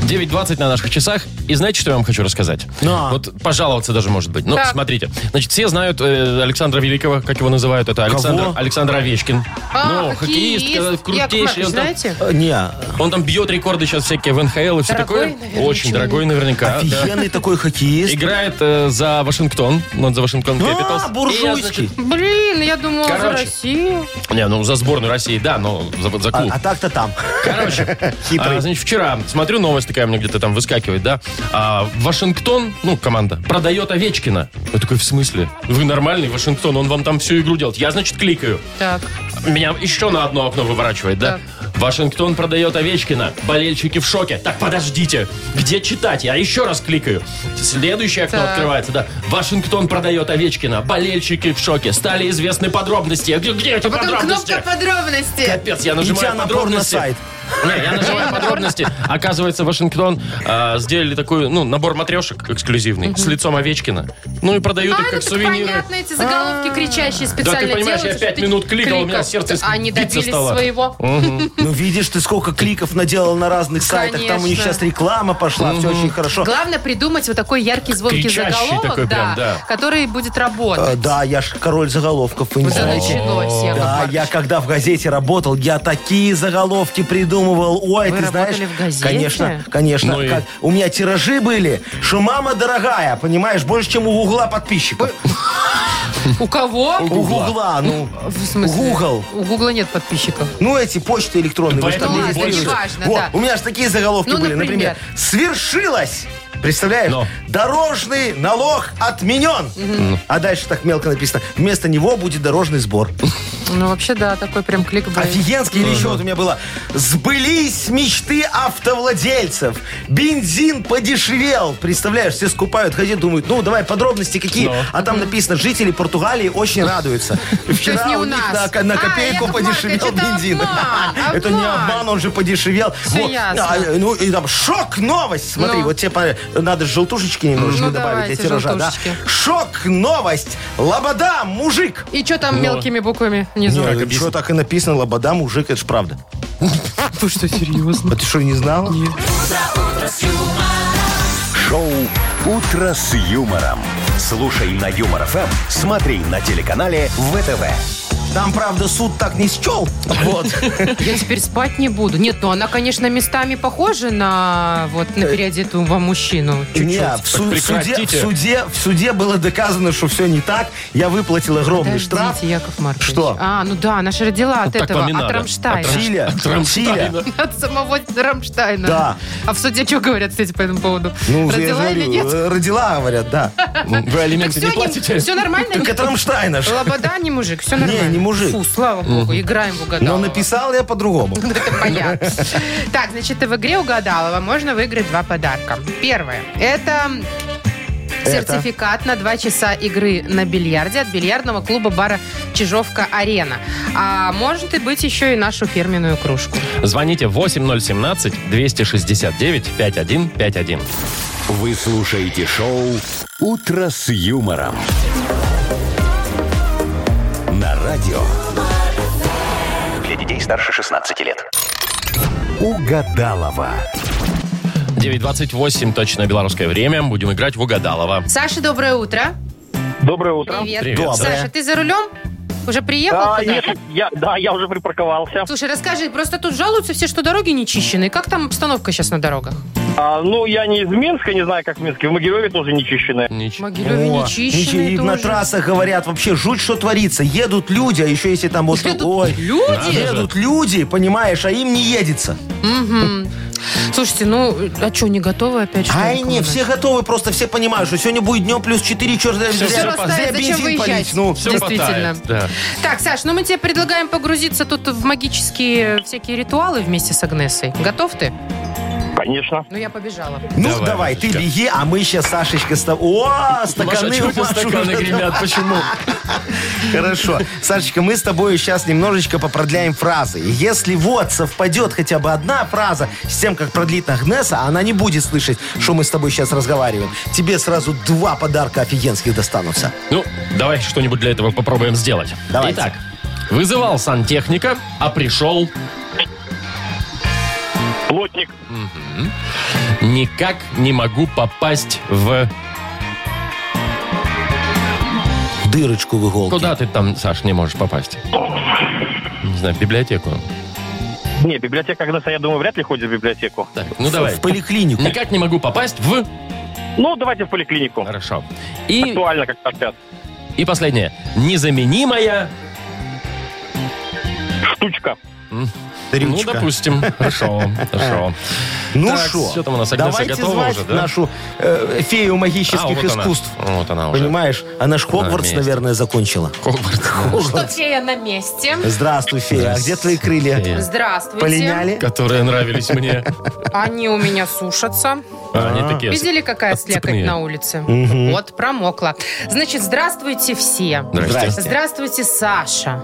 S1: 9.20 на наших часах. И знаете, что я вам хочу рассказать?
S2: Ну.
S1: Вот пожаловаться даже может быть. Ну,
S3: Так.
S1: смотрите. Значит, все знают э, Александра Великого, как его называют. Это Александр,
S2: Кого?
S1: Александр Овечкин.
S3: А,
S1: ну,
S3: хоккеист.
S1: когда-
S3: Яков
S1: крутейший.
S3: Маркович,
S1: он, там,
S3: знаете?
S2: Э, Не,
S1: он там бьет рекорды сейчас всякие в НХЛ и все
S3: Дорогой,
S1: такое.
S3: наверное,
S1: Очень
S3: человек.
S1: дорогой наверняка. да.
S2: офигенный такой хоккеист.
S1: Играет э, за Вашингтон. Он за Вашингтон Capitals. И
S2: А,
S1: я,
S2: буржуйский.
S3: Блин, я думала за
S1: Короче.
S3: Россию.
S1: значит, Не, ну за сборную России, да, но за, за
S2: А,
S1: клуб.
S2: а так-то там.
S1: Короче,
S2: Хитрый.
S1: а, значит, вчера смотрю, новость такая мне где-то там выскакивает, да. А, Вашингтон, ну, команда, продает Овечкина. Я такой, в смысле? Вы нормальный, Вашингтон, он вам там всю игру делает. Я, значит, кликаю.
S3: Так.
S1: Меня еще на одно окно выворачивает, да? Вашингтон продает Овечкина. Болельщики в шоке. Так, подождите. Где читать? Я еще раз кликаю. Следующее окно
S3: Так.
S1: открывается, да. Вашингтон продает Овечкина. Болельщики в шоке. Стали известны подробности. Я говорю, Где эти
S3: А потом
S1: подробности?
S3: кнопка подробности.
S1: Капец, я
S2: И тебя
S1: нажимаю
S2: на
S1: подробности.
S2: порно-сайт.
S1: Не, я нажимаю подробности. Оказывается, Вашингтон э, сделали такой, ну, набор матрешек эксклюзивный с лицом Овечкина. Ну и продают
S3: А,
S1: их
S3: ну
S1: как
S3: так
S1: сувениры. А.
S3: понятно, эти заголовки кричащие специально
S1: понимаешь,
S3: делаются,
S1: я
S3: что
S1: пять
S3: ты
S1: минут кликал, у меня сердце
S3: Они
S1: биться
S3: добились
S1: стало.
S3: своего.
S2: Ну, видишь, ты сколько кликов наделал на разных сайтах. Там у них
S3: Конечно.
S2: сейчас реклама пошла, все очень хорошо.
S3: Главное придумать вот такой яркий, звонкий
S1: Кричащий
S3: заголовок,
S1: такой
S3: да,
S1: прям, да.
S3: который будет работать.
S2: Э, Да, я ж король заголовков. вы не
S3: Уже
S2: знаете.
S3: началось, Яков
S2: Да,
S3: Маркович.
S2: я когда в газете работал, я такие заголовки придумывал. Ой,
S3: Вы
S2: ты
S3: работали
S2: знаешь.
S3: в газете?
S2: Конечно, конечно.
S1: Ну и-
S2: Как- У меня тиражи были, что мама дорогая, понимаешь, больше, чем у Гугла подписчиков.
S3: А, У кого?
S2: У Гугла, ну.
S3: В смысле?
S2: Google.
S3: У Гугла нет подписчиков.
S2: Ну, эти почты электронные. вы ж
S1: Поэтому
S2: там
S1: и
S2: не
S1: больше.
S2: регистрируете.
S3: Неважно,
S2: Вот,
S3: да.
S2: у меня же такие заголовки
S3: Ну,
S2: были,
S3: например.
S2: например. Свершилось! Представляешь?
S1: Но.
S2: Дорожный налог отменен. А дальше так мелко написано. Вместо него будет дорожный сбор.
S3: Ну, вообще, да, такой прям клик
S2: А Офигенский или еще вот у меня было. Сбылись мечты автовладельцев. Бензин подешевел. Представляешь, все скупают, ходят, думают, ну давай подробности какие.
S1: Но.
S2: А там написано, жители Португалии очень радуются.
S3: есть
S2: Вчера
S3: не у
S2: у них
S3: нас.
S2: на- на
S3: А,
S2: копейку
S3: Яков Маркович,
S2: подешевел
S3: это
S2: бензин.
S3: обман,
S2: Это не
S3: обман.
S2: обман, он же подешевел.
S3: Всё
S2: Вот.
S3: ясно.
S2: А, Ну и там шок новость. Смотри,
S3: Ну.
S2: вот тебе понрав- надо желтушечки немножечко
S3: Ну,
S2: добавить для
S3: давайте
S2: тиража. да?
S3: желтушечки.
S2: Шок новость. Лобода, мужик.
S3: И что
S1: Ну.
S3: там мелкими буквами внизу?
S2: Не, что так и написано, лобода, мужик, это ж правда.
S3: Вы что, серьезно?
S2: А ты что, не знал?
S4: Шоу «Утро с юмором». Слушай на Юмор ФМ, смотри на телеканале ВТВ.
S2: Там, правда, суд так не счел. Вот.
S3: Я теперь спать не буду. Нет, ну она, конечно, местами похожа на вот
S2: Э.
S3: на переодетого мужчину.
S2: Не, в, су- в суде, в,
S1: Прекратите.
S2: суде, в суде было доказано, что все не так. Я выплатил огромный штраф.
S3: Подождите, Э, Яков Маркович.
S2: Что?
S3: А, ну да, она же родила от
S1: так
S3: этого,
S1: вам и
S3: от
S1: надо.
S3: Рамштайна.
S1: От Рамш-
S2: Чиля. Чиля.
S3: От самого Рамштайна.
S2: Да.
S3: А в суде что говорят, кстати, по этому поводу?
S2: Ну, я
S3: Родила
S2: говорю,
S3: или нет?
S2: э, родила, говорят, да.
S1: Вы алименты
S3: Все,
S1: не платите?
S3: все нормально?
S2: Так это Рамштайна ж.
S3: Лобода не мужик, все
S2: Не,
S3: нормально.
S2: не мужик.
S3: Фу, слава богу, играем в
S2: Но
S3: угадалово.
S2: написал я по-другому.
S3: Это понятно. Так, значит, в игре угадалова можно выиграть два подарка. Первое. Это
S2: Это?
S3: сертификат на два часа игры на бильярде от бильярдного клуба бара Чижовка-Арена. А может и быть еще и нашу фирменную кружку.
S1: Звоните 8017-269-5151.
S4: Вы слушаете шоу «Утро с юмором». На радио
S9: Для детей старше 16 лет.
S4: «Угадалова».
S1: 9.28, точное белорусское время. Будем играть в Угадалова.
S3: Саша, доброе утро.
S5: Доброе утро.
S3: Привет.
S1: Привет.
S2: Доброе.
S3: Саша, ты за рулем? Уже приехал?
S10: А,
S7: Да,
S3: туда?
S7: нет, я, да, я уже припарковался.
S3: Слушай, расскажи, просто тут жалуются все, что дороги не чищены. Как там обстановка сейчас на дорогах?
S7: А, ну, я не из Минска, не знаю, как в Минске. В Могилеве тоже не чищены.
S3: В
S1: Ничего.
S3: Могилеве
S2: О,
S3: не чищены
S2: и на
S3: тоже.
S2: трассах говорят, вообще жуть, что творится. Едут люди, а еще если там вот...
S3: Едут
S2: Ой,
S3: люди?
S2: Едут люди, понимаешь, а им не едется.
S3: Мгм. Слушайте, ну, а что, не готовы опять? что ли,
S2: Ай, не,
S3: Яков
S2: все готовы, просто все понимают, что сегодня будет днем плюс 4, черт зря,
S3: Всё
S2: зря-
S3: растает,
S2: зря
S3: зачем
S2: бензин
S3: выезжать?
S2: полить. Ну,
S1: Все
S3: Действительно.
S1: хватает. Да.
S3: Маркович? Так, Саш, ну мы тебе предлагаем погрузиться тут в магические всякие ритуалы вместе с Агнесой. Готов ты?
S7: Конечно.
S3: Ну, я побежала.
S2: ну
S1: Давай,
S2: давай, ты
S1: Машечка.
S2: беги, а мы сейчас, Сашечка, с тобой... О,
S1: Маша,
S2: стаканы
S1: чего
S2: у
S1: у тебя
S2: Маши
S1: стаканы
S2: уже там.
S1: гремят? Почему?
S2: Хорошо. Сашечка, мы с тобой сейчас немножечко попродляем фразы. И Если вот совпадет хотя бы одна фраза с тем, как продлит Агнеса, она не будет слышать, что мы с тобой сейчас разговариваем. Тебе сразу два подарка офигенских достанутся.
S1: Ну, давай что-нибудь для этого попробуем сделать.
S2: Давайте.
S1: Итак, вызывал сантехника, а пришел...
S7: Плотник. Вторник.
S1: Никак не могу попасть в...
S2: Дырочку в иголке.
S1: Куда ты там, Саш, не можешь попасть? Не знаю, в библиотеку.
S7: Не, библиотека когда я думаю, вряд ли ходит в библиотеку.
S1: Так, ну давай.
S2: В поликлинику.
S1: Никак не могу попасть в...
S7: Ну, давайте в поликлинику.
S1: Хорошо. И,
S7: Актуально, как торчат.
S1: и последнее. Незаменимая...
S7: Штучка.
S1: Ну,
S2: Рючка.
S1: допустим. Хорошо, хорошо.
S2: Ну
S1: Так,
S2: что,
S1: всё там у нас Агнеса
S2: давайте
S1: готова
S2: звать
S1: уже, да?
S2: нашу э, фею магических
S1: А, вот она.
S2: искусств.
S1: Вот она уже.
S2: Понимаешь? Она ж Хогвартс,
S1: месте.
S2: наверное, закончила.
S1: Хогвартс,
S3: Что фея на месте.
S2: Здравствуй, фея. А где твои крылья?
S3: Здравствуйте.
S2: Полиняли?
S1: Которые нравились мне.
S3: Они у меня сушатся.
S1: А, Они такие...
S3: Видели, какая слякоть
S1: отцепные.
S3: на улице? Вот, промокла. Значит, здравствуйте все.
S1: Здрасте.
S3: Здравствуйте, Саша.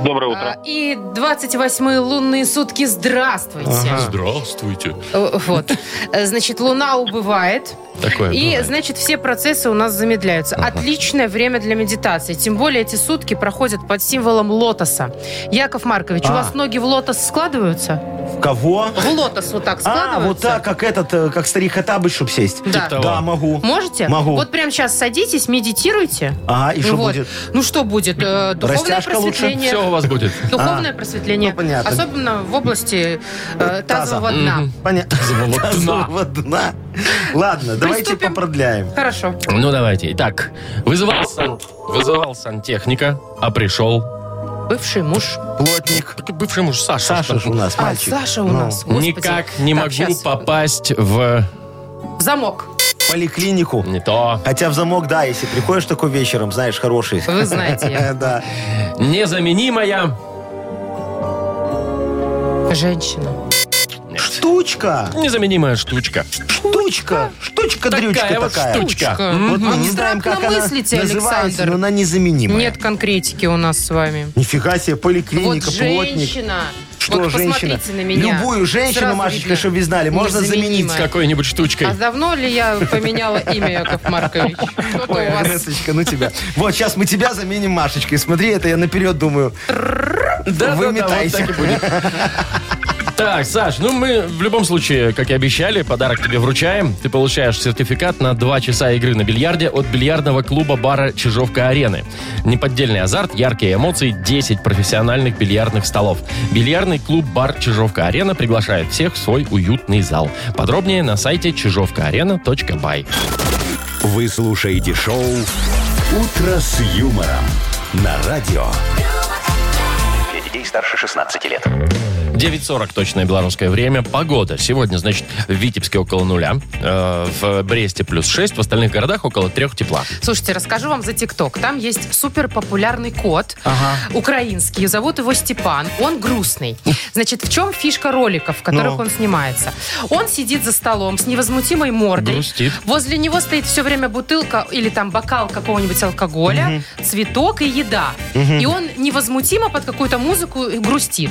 S7: Доброе утро.
S3: А, И 28-е лунные сутки
S1: А.
S3: здравствуйте.
S1: Здравствуйте.
S3: Э, Вот. Э, Значит, луна убывает.
S1: Такое
S2: Э,
S3: И,
S1: бывает.
S3: значит, все процессы у нас замедляются. Отличное время для медитации. Тем более эти сутки проходят под символом лотоса. Яков Маркович, у
S2: А.
S3: вас ноги в лотос складываются?
S2: В кого?
S3: В лотос вот так складываются?
S2: А, вот так, как этот, э, как старик Хатабыч, чтоб сесть.
S3: Да.
S1: того.
S2: Да, могу.
S3: Можете?
S2: Могу.
S3: Вот прямо сейчас садитесь, медитируйте.
S2: Ага, и что
S3: Ну вот.
S2: будет?
S3: Ну что будет? Э, Духовное
S2: Растяжка лучше?
S3: просветление.
S1: Все у вас будет.
S3: Духовное просветление.
S2: Ну, понятно.
S3: Особенно в области э, тазового дна.
S2: Понятно.
S1: Золотна.
S2: дна. Ладно, давайте
S3: Приступим.
S2: попродляем.
S3: Хорошо.
S1: Ну, давайте. Итак, вызывал, сан- вызывал сантехника, а пришел...
S3: Бывший муж.
S2: Плотник.
S1: Бывший муж Саша.
S2: Саша ж у нас,
S3: А,
S2: мальчик.
S3: Саша у
S2: Ну,
S3: нас. Господи.
S1: Никак не
S3: Так,
S1: могу
S3: щас.
S1: попасть в...
S3: Замок.
S2: в Поликлинику.
S1: Не то.
S2: Хотя в замок, да, если приходишь такой вечером, знаешь, хороший. Э,
S3: Вы знаете.
S2: Да.
S1: Незаменимая...
S3: Женщина.
S2: Штучка.
S1: Незаменимая штучка.
S2: Штучка. Штучка-дрючка
S1: Такая вот
S2: такая.
S1: штучка.
S3: Штучка.
S1: М.
S2: А, Вот мы не знаем,
S3: Абстрактно
S2: как она
S3: мыслите,
S2: называется, ну,
S3: Александр.
S2: но она незаменимая.
S3: Нет конкретики у нас с вами.
S2: Нифига себе, поликлиника,
S3: вот
S2: плотник.
S3: женщина.
S2: Что,
S3: вот
S2: женщина?
S3: посмотрите на меня.
S2: Любую женщину,
S3: Сразу
S2: Машечка,
S3: видно.
S2: чтобы вы знали, можно заменить.
S3: Незаменимая.
S1: Какой-нибудь
S3: А
S1: штучкой.
S3: давно ли я поменяла имя, Яков Маркович? Что-то
S2: Ой,
S3: у вас
S2: Агнесочка, ну тебя. Вот, сейчас мы тебя заменим Машечкой. Смотри, это я наперед думаю.
S1: Да,
S2: Выметайся.
S1: так и будет. Так, Саш, ну мы в любом случае, как и обещали, подарок тебе вручаем. Ты получаешь сертификат на 2 часа игры на бильярде от бильярдного клуба бара «Чижовка-арены». Неподдельный азарт, яркие эмоции, 10 профессиональных бильярдных столов. Бильярдный клуб бар «Чижовка-арена» приглашает всех в свой уютный зал. Подробнее на сайте чижовкаарена.бай.
S4: Вы слушаете шоу «Утро с юмором» на радио.
S9: Для детей старше 16 лет.
S1: 9.40 точное белорусское время. Погода. Сегодня, значит, в Витебске около нуля, э, в Бресте плюс 6, в остальных городах около трех тепла.
S3: Слушайте, расскажу вам за ТикТок. Там есть супер популярный кот, украинский. Зовут его Степан. Он грустный. Значит, в чем фишка роликов, в которых
S2: Ну.
S3: он снимается? Он сидит за столом с невозмутимой мордой.
S1: Грустит.
S3: Возле него стоит все время бутылка или там бокал какого-нибудь алкоголя, цветок и еда. И он невозмутимо под какую-то музыку э, грустит.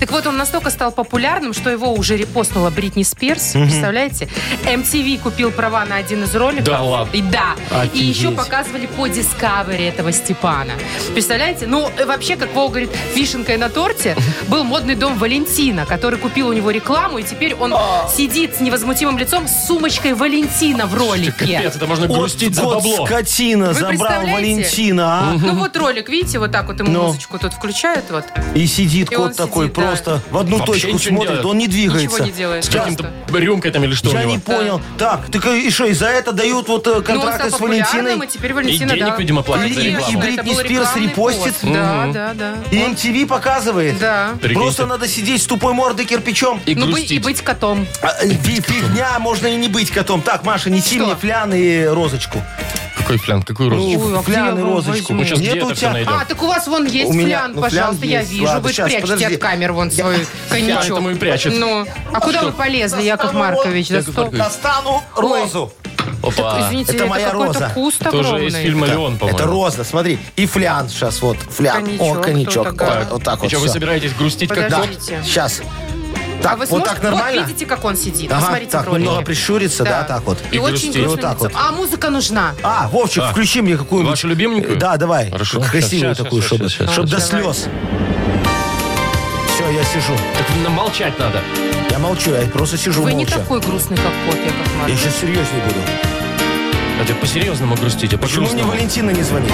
S3: Так вот, он настолько стал популярным, что его уже репостнула Бритни Спирс. Представляете? MTV купил права на один из роликов.
S1: Да ладно.
S3: И да. И
S2: Офигеть.
S3: еще показывали по Discovery этого Степана. Представляете? Ну, э, вообще, как Вова говорит, вишенкой на торте был модный дом Валентина, который купил у него рекламу, и теперь он сидит с невозмутимым лицом с сумочкой Валентина в ролике.
S1: Капец, это можно грустить за
S2: Вот
S1: бабло.
S2: скотина,
S3: Вы
S2: забрал
S3: представляете?
S2: Валентина, а?
S3: Ну вот ролик, видите, вот так вот ему
S2: Ну.
S3: музычку тут включают, вот.
S2: И сидит
S3: И он
S2: кот такой
S3: сидит, да.
S2: просто в одну
S1: Вообще
S2: точку
S1: ничего не
S2: смотрит,
S1: делает.
S2: он не
S3: Ничего
S2: двигается.
S3: не делает.
S1: С каким-то рюмкой там или что
S2: Я
S1: у
S2: не
S1: него.
S2: понял. Так, так и что, и за это дают вот э,
S3: Ну, он
S2: контракты
S3: стал
S2: с
S3: популярным, и
S2: Валентиной?
S3: теперь Валентина,
S1: И денег,
S3: да.
S1: видимо, платит
S2: за рекламу.
S3: Конечно,
S2: И
S3: это
S2: Бритни
S3: был
S2: Спирс
S3: рекламный
S2: репостит?
S3: пост. Да, да, да.
S2: И MTV показывает?
S3: Да.
S1: Прикинь,
S2: Просто
S1: так.
S2: надо сидеть с тупой мордой кирпичом.
S1: И
S3: Ну, бы- и
S1: грустить.
S3: быть котом.
S2: А, э, фи- Фигня, можно и не быть котом. Так, Маша, неси
S3: Что?
S2: мне флян и розочку.
S1: Какой флян, какую розу?
S3: Ой, а
S2: Ну,
S3: где я
S2: флян и
S3: его
S2: розочку.
S3: возьму?
S1: Мы сейчас
S2: Нет
S1: где-то
S2: у
S1: всё
S2: тебя?
S1: найдем.
S3: А, так у вас вон есть
S2: У меня-
S3: флян,
S2: ну, флян
S3: пожалуйста, я
S2: есть.
S3: вижу.
S2: Ладно,
S3: Вы
S2: щас,
S3: прячете
S2: подожди.
S3: от камер вон свой коньячок.
S1: поэтому и прячет.
S3: Ну, а куда вы полезли, Яков Маркович? За
S1: Яков
S3: стол?
S1: Маркович,
S2: Достану розу.
S1: Опа.
S3: Извините,
S2: это
S3: это,
S2: моя
S3: какой-то
S2: роза.
S3: куст
S1: Тоже
S3: огромный.
S1: из фильма «Леон», по-моему.
S2: Это роза, смотри. И флян сейчас, вот, флян.
S3: Коньячок
S2: О, коньячок.
S3: тут такая.
S2: Вот, вот так
S1: И
S2: вот.
S1: что, вы
S2: всё.
S1: собираетесь грустить как
S3: Подожди.
S1: кот?
S3: собираете?
S2: Сейчас. Так,
S3: а вы
S2: вот
S3: сможете-
S2: так нормально?
S3: Вот видите, как он сидит.
S2: Ага,
S3: Посмотрите
S2: так,
S3: в ролике.
S2: немного прищуриться, да, так вот.
S3: И,
S1: И
S3: очень
S1: грустить.
S3: грустным
S2: Вот так вот.
S3: лицом. А музыка нужна.
S2: А, Вовчик, включи мне какую-нибудь.
S1: Вашу любименькую?
S2: Э, Да, давай.
S1: Хорошо.
S2: К- Красивую
S1: Щас, щас,
S2: такую,
S1: щас,
S2: чтобы,
S1: щас, щас,
S2: чтобы до
S3: щас.
S2: слез. Все, я сижу.
S1: Так нам молчать надо.
S2: Я молчу, я просто сижу
S3: Вы не
S2: молча.
S3: такой грустный, как кот, Яков
S2: Я
S3: Маркович.
S2: сейчас серьезнее буду.
S1: Хотя по-серьезному грустите,
S2: Почему мне
S1: по-грустному.
S2: Валентина не звонит?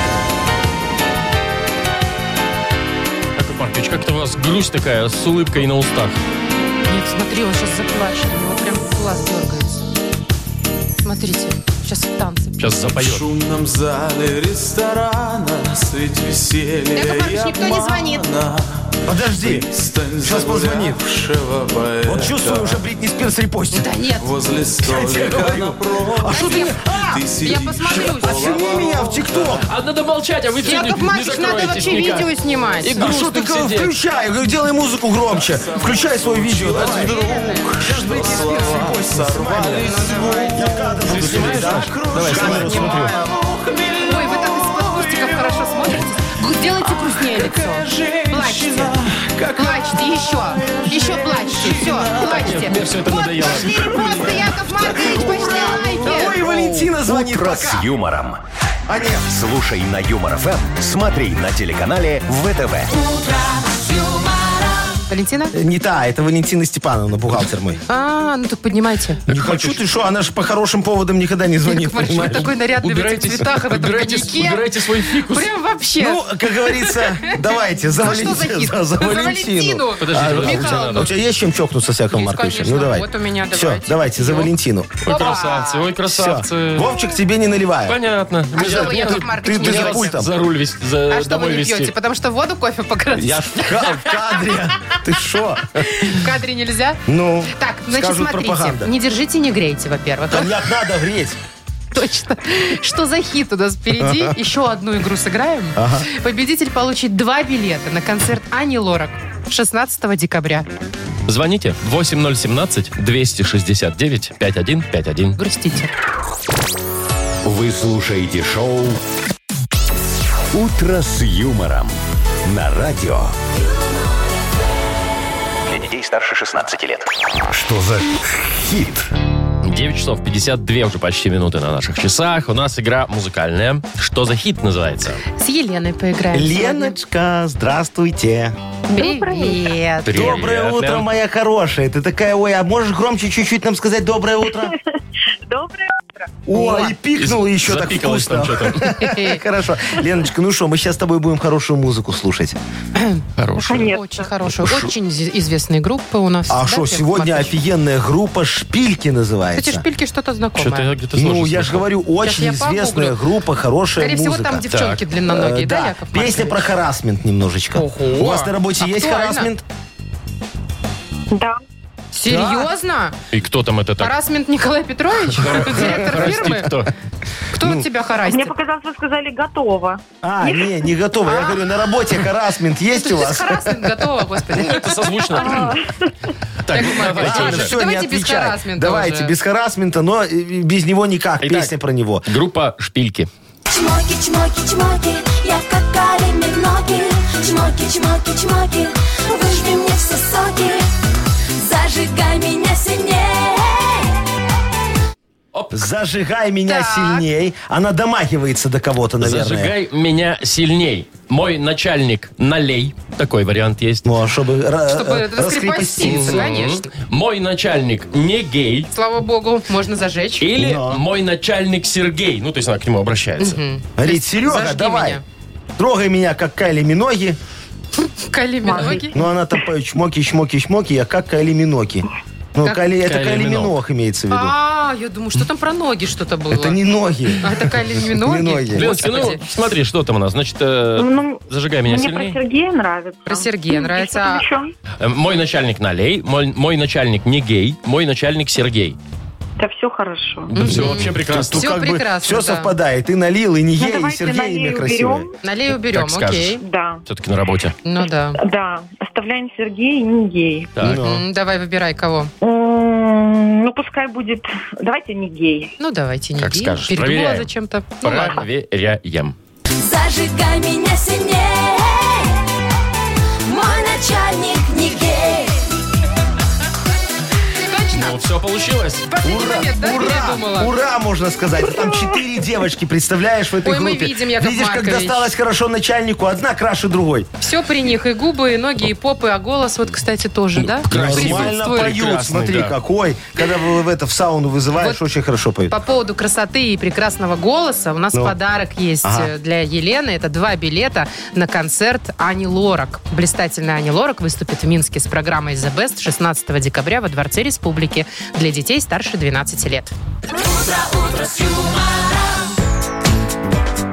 S1: Яков Маркович, как-то у вас грусть такая с улыбкой на устах.
S3: Нет, смотри, он сейчас заплачет. У него прям глаз дергается. Смотрите, сейчас в танце.
S1: Сейчас запоет.
S10: шумном зале ресторана Средь
S2: Э,
S10: веселья
S3: Яков Маркович,
S10: и
S3: никто не звонит.
S10: обмана.
S2: Подожди.
S10: Пристань
S2: Сейчас позвонит. Э,
S10: загулявшего поэта
S2: Вот чувствую, уже Бритни Спирс репостит.
S3: Да А нет,
S10: Возле
S2: тебе
S10: столика
S2: говорю.
S10: напротив
S2: А что ты... А!
S10: Ты
S3: я
S10: сидишь
S3: посмотрю.
S2: Отшини меня в ТикТок!
S1: А надо молчать, а вы все не,
S3: Яков
S1: не
S3: Маркович, надо
S1: закроетесь
S3: вообще
S1: никак.
S3: видео снимать.
S1: И
S3: Да
S2: А что ты
S1: грустно
S2: говорю,
S1: сидеть.
S2: включай? Я говорю, делай музыку громче. Включай свое видео. давай. Сейчас
S10: что
S2: Бритни
S10: слова
S2: Спирс репостит.
S10: сорвались
S2: Я кадр буду снимать, да? Давай, камеру смотрю.
S3: Ой, вы так из-под кустиков хорошо смотрите. Гу- Делайте грустнее лицо. Плачьте. Плачьте еще. Еще плачьте. Все, плачьте.
S1: мне всё это
S3: вот
S1: надоело.
S3: пошли репосты, Яков Маркович, пошли лайки.
S2: Ой, Валентина звонит,
S4: Утро
S2: пока.
S4: с юмором.
S2: А нет.
S4: Слушай на Юмор ФМ, смотри на телеканале ВТВ.
S3: Валентина?
S2: Не та, это Валентина Степановна, бухгалтер мой.
S3: А, ну так поднимайте.
S2: Не хочу, ты что, она же по хорошим поводам никогда не звонит,
S3: Яков Маркович, вы
S2: понимаешь?
S3: такой нарядный в этих
S1: Ну, Убирайтесь,
S3: цветах и в этом
S1: убирайтесь,
S3: коньяке.
S1: убирайте свой фикус.
S3: Прям вообще.
S2: Ну, как говорится, давайте, за
S3: За что за
S2: Валентину.
S3: хит?
S2: за- за
S3: За Валентину.
S2: Валентину.
S1: Подождите,
S2: А,
S1: Валентина,
S2: Валентина,
S1: надо.
S2: У тебя есть чем чокнуться с Яковом
S3: Есть,
S2: Марковичем?
S3: конечно.
S2: Ну, давай.
S3: Вот у меня,
S2: Все,
S3: давайте. Ну,
S2: давайте, за
S3: Всё.
S2: Валентину.
S1: Ой,
S3: Опа.
S1: красавцы, ой,
S2: Все.
S1: красавцы.
S2: Вовчик, тебе не наливаю.
S1: Понятно.
S3: А что вы, Яков Маркович,
S2: ты-
S3: не
S2: ты за
S3: пьете?
S2: пультом.
S1: За руль вести, за
S3: А что вы
S1: домой
S3: не
S1: вести.
S3: пьете? Потому что воду, кофе по
S2: э, Я ж в ка- в кадре. Ты шо?
S3: В кадре нельзя?
S2: Ну,
S3: Так, значит,
S2: скажут
S3: смотрите.
S2: пропаганда.
S3: Не держите, не грейте, во-первых.
S2: Коньяк надо греть.
S3: Точно. Что за хит у нас впереди? Еще одну игру сыграем. Победитель получит два билета на концерт Ани Лорак 16 декабря.
S1: Звоните 8017-269-5151.
S3: Грустите.
S4: Вы слушаете шоу «Утро с юмором» на радио.
S9: Для детей старше 16 лет.
S4: Что за хит?
S1: 9 часов 52 уже почти минуты на наших часах. У нас игра музыкальная. Что за хит называется?
S3: С Еленой поиграем.
S2: Леночка, здравствуйте.
S3: сегодня. Привет.
S1: Привет,
S2: Доброе
S1: Лен.
S2: утро, моя хорошая. Ты такая, ой, а можешь громче чуть-чуть нам сказать доброе утро?
S6: Доброе утро.
S2: Ой, и
S1: Ну,
S2: пикнула еще так
S1: Запикалась там
S2: вкусно.
S1: что-то.
S2: Хорошо. Леночка, ну что, мы сейчас с тобой будем хорошую музыку слушать.
S1: Хорошее.
S6: Нет.
S3: Очень хорошая, очень зи- известные группы у нас.
S2: А
S3: да,
S2: что,
S3: Яков
S2: сегодня
S3: Маркович?
S2: офигенная группа
S3: Эти
S2: «Шпильки» называется.
S3: шпильки что-то
S1: Что-то
S3: знакомое.
S1: я где-то
S2: Ну,
S1: тоже
S2: я же
S1: слышал.
S2: говорю, очень
S3: я
S2: известная
S3: погуглю.
S2: группа, хорошая
S3: Скорее всего,
S2: музыка.
S3: там девчонки длинноногие,
S2: Э,
S3: да, Яков Маркович?
S2: Песня про харасмент немножечко.
S3: Ого.
S2: У вас на работе есть
S3: Актуально.
S2: харасмент?
S6: Да.
S3: Серьезно?
S1: И кто там это так?
S3: Харасмент Николай Петрович? Директор
S1: Прости,
S3: фирмы?
S1: кто?
S3: Кто тебя
S6: Мне
S3: харасит?
S6: показалось, вы сказали готово.
S2: А, не, не готова. Я говорю, на работе харасмент есть у вас?
S3: Харасмент готова, господи.
S1: Это созвучно. Так, ну, давайте
S3: Маркович,
S2: Ладно,
S1: уже.
S2: А, всё, не
S3: Давайте без
S2: отвечай.
S3: харасмента
S2: Давайте
S3: уже.
S2: без харасмента, но э, без него никак.
S1: Итак.
S2: Песня про него.
S1: Группа «Шпильки».
S11: Чмоки, чмоки, чмоки, я как Карены ноги. Чмоки, чмоки, чмоки, выжми мне все соки. Зажигай меня сильнее.
S2: Зажигай меня
S3: Так.
S2: сильней. Она домахивается до кого-то, наверное.
S1: Зажигай меня сильней. Мой начальник налей. Такой вариант есть.
S2: Ну, а чтобы, ра-
S3: Чтобы
S2: э,
S3: раскрепоститься,
S2: раскрепоститься.
S3: конечно.
S1: Мой начальник не гей.
S3: Слава богу, можно зажечь.
S1: Или
S2: Да.
S1: мой начальник Сергей. Ну, то есть она к нему обращается.
S2: Говорит, Серега,
S3: Зажги
S2: давай.
S3: меня».
S2: Трогай меня, как Кайли Миноги.
S3: Кали Миноги.
S2: Ну, она там поет чмоки, чмоки, чмоки, я как Кайли Миноки. Ну, Кайли, это
S1: Кайли
S2: Кайли
S1: Миног.
S2: Миног имеется в виду.
S3: А, я думаю, что там про ноги что-то было.
S2: Это не ноги.
S3: А это Кали
S2: Миноги.
S3: Миноги?
S1: Леночка, ну,
S3: Господи.
S1: смотри, что там у нас. Значит, э,
S6: Ну,
S1: зажигай меня
S6: Мне про
S1: сильней.
S6: Сергея нравится.
S3: Про Сергея
S6: И
S3: нравится.
S6: что-то еще?
S1: Э, Мой начальник налей. Мой, мой начальник не гей. Мой начальник Сергей.
S6: Да все хорошо.
S1: Да все вообще прекрасно. Ну,
S3: Всё прекрасно,
S2: все
S3: да.
S2: совпадает. И налил, и не
S6: Ну,
S2: ей, и
S6: давайте на
S2: Сергей
S6: ней
S2: имя красивое.
S6: уберем.
S3: Налей уберем,
S1: Как скажешь.
S3: окей.
S6: Да,
S1: Все-таки на работе.
S3: Ну да.
S6: да. Оставляем Сергея и не гей.
S1: Так.
S3: М, Давай, выбирай кого.
S6: М, Ну, пускай будет... Давайте не гей.
S3: Ну, давайте, не
S1: Как
S3: бей.
S1: скажешь.
S3: Передумала
S1: Проверяем.
S3: зачем-то. Ну, ладно.
S1: Проверяем.
S11: Зажигай меня сильнее. Мой начальник не гей.
S3: Точно?
S1: Ну, все получилось.
S3: последний момент, да, передумала?
S2: Ура! Ура, можно сказать. Там четыре девочки, представляешь, в этой
S3: Ой, мы
S2: группе.
S3: видим, Яков
S2: Видишь, как
S3: Маркович.
S2: досталось хорошо начальнику, одна краше другой.
S3: Все при них, и губы, и ноги, и попы, а голос вот, кстати, тоже, да?
S1: красиво.
S3: Присутствует.
S2: Нормально поют,
S1: Прекрасный,
S2: смотри,
S1: да.
S2: какой. Когда вы в это в сауну вызываешь,
S3: Вот
S2: очень хорошо поют.
S3: По поводу красоты и прекрасного голоса у нас
S2: Ну.
S3: подарок есть
S2: Ага.
S3: э, для Елены. Это два билета на концерт Ани Лорак. Блистательная Ани Лорак выступит в Минске с программой The Best 16 декабря во Дворце Республики для детей старше 12 лет.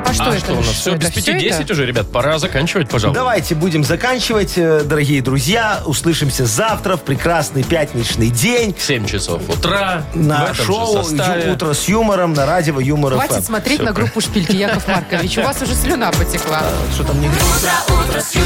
S3: А что
S1: а
S3: это?
S1: что у нас? Все, без
S3: это?
S1: пяти
S3: это?
S1: десять уже, ребят. Пора заканчивать, пожалуйста.
S2: Давайте будем заканчивать, э, дорогие друзья. Услышимся завтра в прекрасный пятничный день.
S1: 7 часов утра. в
S2: На
S1: этом же
S2: шоу
S1: составе.
S2: «Ю- «Утро с юмором» на радио «Юмор эм».
S3: Хватит
S2: ФМ».
S3: смотреть на группу «Шпильки», Яков Маркович. У вас уже слюна потекла.
S2: Что там не
S11: утро, утро с юмором.